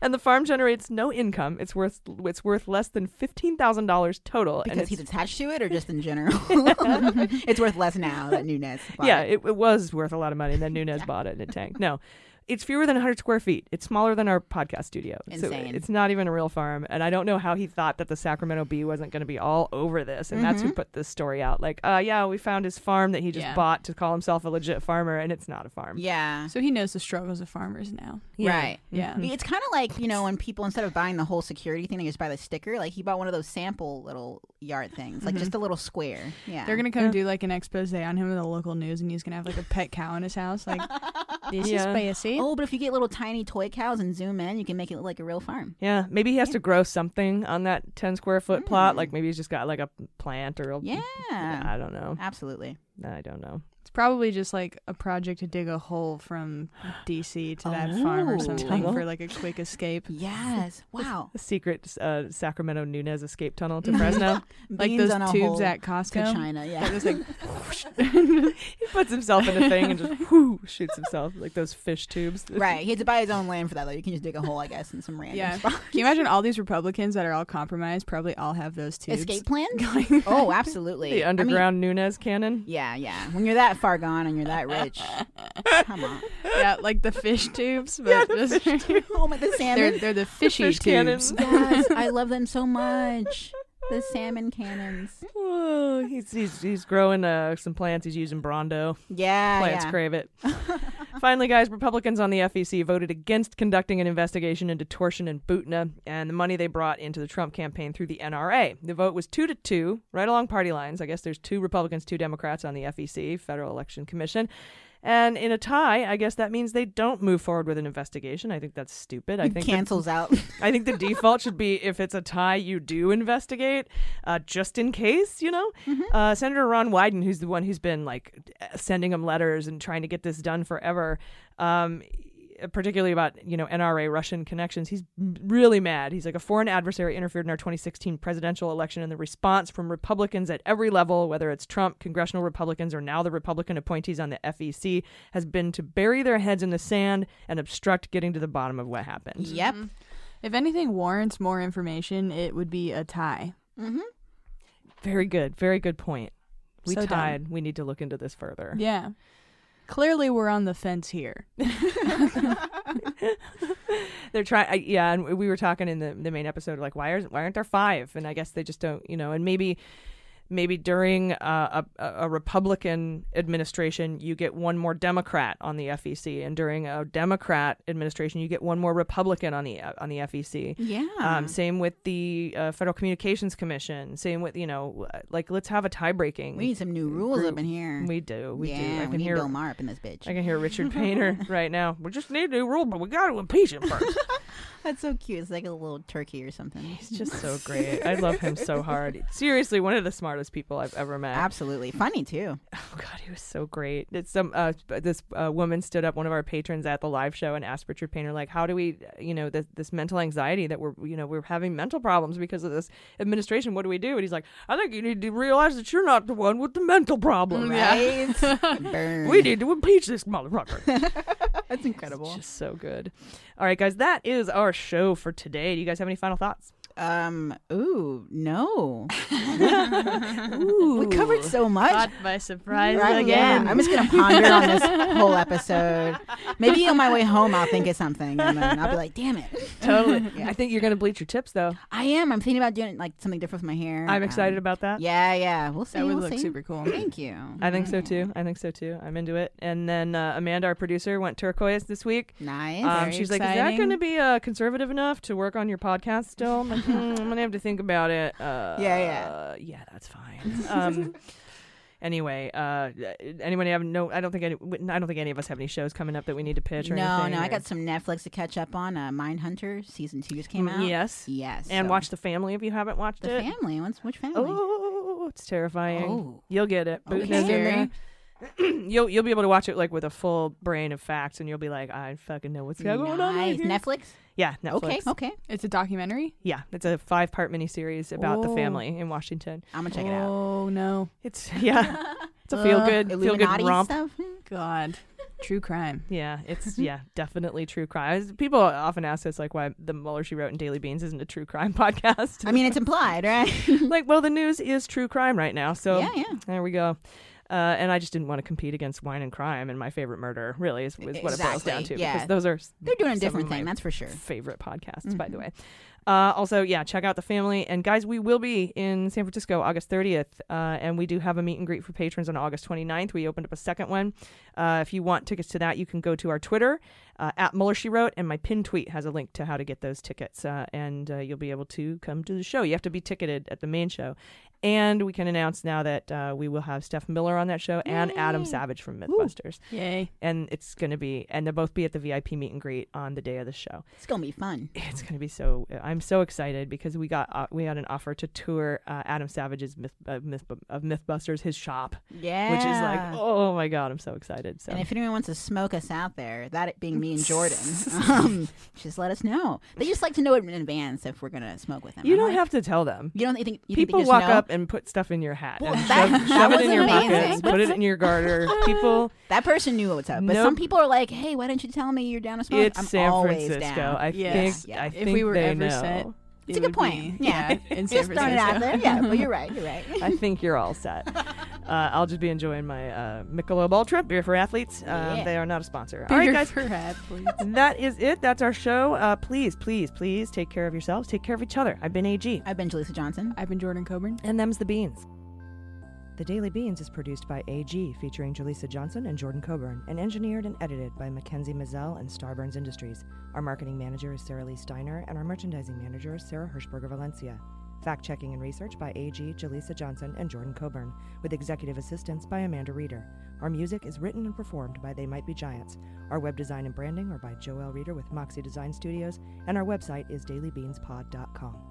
Speaker 1: And the farm generates no income. It's worth it's worth less than fifteen thousand dollars total. and
Speaker 3: Because
Speaker 1: it's-
Speaker 3: he's attached to it, or just in general, it's worth less now that Nunez. bought
Speaker 1: yeah,
Speaker 3: it.
Speaker 1: it, it was worth a lot of money, and then Nunez bought it and it tanked. No, it's fewer than 100 square feet. It's smaller than our podcast studio. So
Speaker 3: Insane.
Speaker 1: it's not even a real farm. And I don't know how he thought that the Sacramento Bee wasn't going to be all over this. And that's who put this story out. Like, uh, yeah, we found his farm that he just
Speaker 4: Yeah.
Speaker 1: bought to call himself a legit farmer, and it's not a farm.
Speaker 3: yeah.
Speaker 4: So he knows the struggles of farmers now.
Speaker 3: Right.
Speaker 4: Mm-hmm. Yeah.
Speaker 1: Um,
Speaker 3: It's kind of like you know when people instead of buying the whole security thing, they just buy the sticker. Like he bought one of those sample little yard things, like
Speaker 1: Mm-hmm.
Speaker 3: just a little square. Yeah,
Speaker 4: They're gonna come do like an expose on him in the local news, and he's gonna have like a pet cow in his house. Like this is
Speaker 1: Yeah.
Speaker 4: spicy.
Speaker 3: Oh, but if you get little tiny toy cows and zoom in, you can make it look like a real farm.
Speaker 1: Yeah, maybe he has to grow something on that 10 square foot plot. Like maybe he's just got like a plant or a.
Speaker 3: Yeah,
Speaker 1: I don't know.
Speaker 3: absolutely.
Speaker 1: I don't know.
Speaker 4: It's probably just like a project to dig a hole from DC to that farm
Speaker 3: Oh.
Speaker 4: or something
Speaker 1: Tunnel?
Speaker 4: for like a quick escape.
Speaker 3: Yes. Wow.
Speaker 1: The secret uh, Sacramento Nunez escape tunnel to Fresno.
Speaker 4: Like
Speaker 3: Beans
Speaker 4: those
Speaker 3: on a
Speaker 4: tubes
Speaker 3: hole
Speaker 4: at
Speaker 3: to
Speaker 4: Costco.
Speaker 3: China. Yeah.
Speaker 4: Just, like,
Speaker 1: He puts himself in a thing and just whoo shoots himself like those fish tubes.
Speaker 3: Right. He had to buy his own land for that though. You can just dig a hole, I guess, in some random
Speaker 4: Yeah.
Speaker 3: spot.
Speaker 4: Can you imagine all these Republicans that are all compromised? Probably all have those tubes.
Speaker 3: Escape plan? oh, absolutely.
Speaker 1: The
Speaker 3: I mean,
Speaker 1: underground Nunez cannon.
Speaker 3: yeah, yeah. When you're that far gone and you're that rich, come on.
Speaker 4: Yeah, like the fish tubes, but just
Speaker 3: Oh my, the
Speaker 4: they're
Speaker 3: salmon.
Speaker 4: they're the fishy
Speaker 1: fish
Speaker 4: tubes.
Speaker 1: cannons.
Speaker 3: yes, I love them so much. The salmon cannons.
Speaker 1: Whoa, he's, he's he's growing uh, some plants. He's using Brondo.
Speaker 3: Yeah,
Speaker 1: Plants
Speaker 3: yeah.
Speaker 1: crave it. Finally, guys, Republicans on the FEC voted against conducting an investigation into torsion and Butna and the money they brought into the Trump campaign through the NRA. The vote was two to two, right along party lines. I guess there's two Republicans, two Democrats on the FEC, Federal Election Commission. And in a tie, I guess that means they don't move forward with an investigation. I think that's stupid. I think the
Speaker 3: Cancels out.
Speaker 1: I think the default should be if it's a tie, you do investigate, uh, just in case, you know. Uh, Senator Ron Wyden, who's the one who's been like sending him letters and trying to get this done forever, um, particularly about you know NRA Russian connections, he's really mad. He's like a foreign adversary interfered in our 2016 presidential election, and the response from Republicans at every level, whether it's Trump, congressional Republicans, or now the Republican appointees on the FEC, has been to bury their heads in the sand and obstruct getting to the bottom of what happened.
Speaker 3: yep.
Speaker 4: If anything warrants more information, it would be a tie.
Speaker 3: Mm-hmm.
Speaker 1: Very good. Very good point. We
Speaker 4: So
Speaker 1: tied. We need to look into this further.
Speaker 4: Yeah. Clearly, we're on the fence here.
Speaker 1: They're trying, yeah. And we were talking in the, the main episode, like why are why aren't there five? And I guess they just don't, you know. And maybe maybe during uh, a a Republican administration, you get one more Democrat on the FEC, and during a Democrat administration, you get one more Republican on the uh, on the FEC.
Speaker 3: Yeah.
Speaker 1: Um, same with the uh, Federal Communications Commission. Same with you know, like let's have a tie breaking.
Speaker 3: we need some new rules up in here.
Speaker 1: we do we
Speaker 3: yeah,
Speaker 1: do. I
Speaker 3: we
Speaker 1: can
Speaker 3: need
Speaker 1: hear
Speaker 3: Bill Maher up in this bitch.
Speaker 1: I can hear Richard Painter right now. We just need a new rule, but we got to impeach him first.
Speaker 3: That's so cute. It's like a little turkey or something.
Speaker 1: He's just so great. I love him so hard. Seriously, one of the smartest people I've ever met.
Speaker 3: Absolutely funny too.
Speaker 1: oh God, he was so great. It's some uh, this uh, woman stood up, one of our patrons at the live show, and asked Richard Painter, like, how do we, you know, this, this mental anxiety that we're, you know, we're having mental problems because of this administration. What do we do? And he's like, I think you need to realize that you're not the one with the mental problem.
Speaker 3: Right? Burn.
Speaker 1: We need to impeach this motherfucker.
Speaker 3: That's incredible.
Speaker 1: Just so good. All right, guys, that is our show for today. Do you guys have any final thoughts?
Speaker 3: Um. Ooh. No.
Speaker 1: Ooh,
Speaker 3: We covered so much.
Speaker 4: Caught by surprise
Speaker 3: Right,
Speaker 4: again.
Speaker 3: yeah. I'm just gonna ponder on this whole episode. Maybe on my way home I'll think of something and then I'll be like, damn it.
Speaker 1: totally. I think you're gonna bleach your tips though.
Speaker 3: I am. I'm thinking about doing like something different with my hair.
Speaker 1: I'm
Speaker 3: Um,
Speaker 1: excited about that.
Speaker 3: Yeah, yeah. We'll see.
Speaker 4: that would
Speaker 3: we'll
Speaker 4: look
Speaker 3: see.
Speaker 4: super cool.
Speaker 3: Thank you.
Speaker 1: I think so too. I think so too. I'm into it. And then uh, Amanda, our producer, went turquoise this week.
Speaker 3: Nice.
Speaker 1: Um,
Speaker 4: Very
Speaker 1: she's like, is that
Speaker 4: exciting.
Speaker 1: going to be uh, conservative enough to work on your podcast still? I'm like, "Hmm, I'm going to have to think about it. Uh,
Speaker 3: Yeah, yeah.
Speaker 1: uh, yeah, that's fine. Um, anyway, uh, anyone have no? I don't think any. I don't think any of us have any shows coming up that we need to pitch or
Speaker 3: no,
Speaker 1: anything.
Speaker 3: no. I
Speaker 1: or-
Speaker 3: got some Netflix to catch up on. Uh, Mindhunter season two just came out.
Speaker 1: Yes.
Speaker 3: Yes.
Speaker 1: Mm, And
Speaker 3: so-
Speaker 1: watch The Family if you haven't watched
Speaker 3: the
Speaker 1: it.
Speaker 3: family. What's which family?
Speaker 1: Oh, it's terrifying.
Speaker 3: Oh.
Speaker 1: You'll get it. Boot
Speaker 3: Okay.
Speaker 1: knows in
Speaker 4: Scary.
Speaker 1: there. you'll you'll be able to watch it like with a full brain of facts, and you'll be like, I fucking know what's going on.
Speaker 3: nice.
Speaker 1: here."
Speaker 3: Netflix.
Speaker 1: Yeah, Netflix.
Speaker 3: Okay. Okay.
Speaker 4: It's a documentary.
Speaker 1: Yeah, it's a five part miniseries about the
Speaker 4: Oh.
Speaker 1: family in Washington.
Speaker 3: I'm gonna check it out.
Speaker 4: oh no,
Speaker 1: It's yeah, it's a Oh, feel good, feel good
Speaker 3: Illuminati
Speaker 1: romp.
Speaker 3: stuff. Hmm,
Speaker 4: God, true crime.
Speaker 1: Yeah, it's yeah, definitely true crime. I was- People often ask us like why the Muller she wrote in Daily Beans isn't a true crime podcast.
Speaker 3: I mean, it's implied, right?
Speaker 1: like, well, the news is true crime right now, so
Speaker 3: yeah, yeah.
Speaker 1: There we go. Uh, and I just didn't want to compete against wine and crime and my favorite murder, really, is, is what it boils
Speaker 3: Exactly,
Speaker 1: down to.
Speaker 3: yeah.
Speaker 1: Because those are s-
Speaker 3: They're doing a
Speaker 1: some
Speaker 3: different
Speaker 1: of my
Speaker 3: thing, that's for sure.
Speaker 1: Favorite podcasts, by the way. Uh, also, yeah, check out the family. And guys, we will be in San Francisco August 30th. Uh, and we do have a meet and greet for patrons on August 29th. We opened up a second one. Uh, if you want tickets to that, you can go to our Twitter uh, at Muller She Wrote. And my pinned tweet has a link to how to get those tickets. Uh, and uh, you'll be able to come to the show. You have to be ticketed at the main show. And we can announce now that uh, we will have Steph Miller on that show and Adam Savage from Mythbusters.
Speaker 4: Yay.
Speaker 1: And it's going to be, and they'll both be at the VIP meet and greet on the day of the show.
Speaker 3: It's gonna be fun.
Speaker 1: It's going to be so, I'm so excited because we got, uh, we had an offer to tour uh, Adam Savage's Myth, uh, Myth, of Mythbusters, his shop,
Speaker 3: Yeah.
Speaker 1: which is like, oh my God, I'm so excited. So
Speaker 3: And if anyone wants to smoke us out there, that it being me and Jordan, um, just let us know. They just like to know it in advance if we're gonna smoke with them.
Speaker 1: you
Speaker 3: I'm
Speaker 1: don't
Speaker 3: like,
Speaker 1: have to tell them.
Speaker 3: You don't you think you think they
Speaker 1: People
Speaker 3: just
Speaker 1: walk
Speaker 3: know?
Speaker 1: up and put stuff in your hat.
Speaker 3: Well,
Speaker 1: and
Speaker 3: that-
Speaker 1: shove, shove
Speaker 3: that
Speaker 1: it in
Speaker 3: was
Speaker 1: your pockets,
Speaker 3: amazing.
Speaker 1: put it in your garter. People,
Speaker 3: That person knew what's up, but
Speaker 1: Nope.
Speaker 3: some people are like, "Hey, why didn't you tell me you're down to smoke?"
Speaker 1: it's
Speaker 3: I'm
Speaker 1: San
Speaker 3: always
Speaker 1: Francisco.
Speaker 3: down.
Speaker 1: I
Speaker 4: Yes.
Speaker 1: think,
Speaker 3: Yeah.
Speaker 1: I
Speaker 4: If
Speaker 1: think
Speaker 4: we were
Speaker 1: they
Speaker 4: ever
Speaker 1: know.
Speaker 4: set,
Speaker 3: It's
Speaker 4: it
Speaker 3: a good
Speaker 4: would
Speaker 3: point.
Speaker 4: be-
Speaker 3: Yeah.
Speaker 4: in San
Speaker 3: just throwing it out
Speaker 4: Francisco.
Speaker 3: there. Yeah, but you're right. You're right.
Speaker 1: I think you're all set. Uh, I'll just be enjoying my uh, Michelob Ultra beer for athletes. Uh,
Speaker 3: Yeah.
Speaker 1: They are not a sponsor. All right,
Speaker 4: Beer
Speaker 1: guys.
Speaker 4: for athletes.
Speaker 1: That is it. That's our show. Uh, please, please, please take care of yourselves. Take care of each other. I've been AG,
Speaker 3: I've been Jaleesa Johnson.
Speaker 4: I've been Jordan Coburn.
Speaker 1: and them's the beans. The Daily Beans is produced by AG, featuring Jaleesa Johnson and Jordan Coburn, and engineered and edited by Mackenzie Mazzell and Starburns Industries. Our marketing manager is Sarah Lee Steiner, and our merchandising manager is Sarah Hirschberger Valencia. Fact checking and research by AG, Jaleesa Johnson, and Jordan Coburn, with executive assistance by Amanda Reeder. Our music is written and performed by They Might Be Giants. Our web design and branding are by Joel Reeder with Moxie Design Studios, and our website is dailybeanspod.com.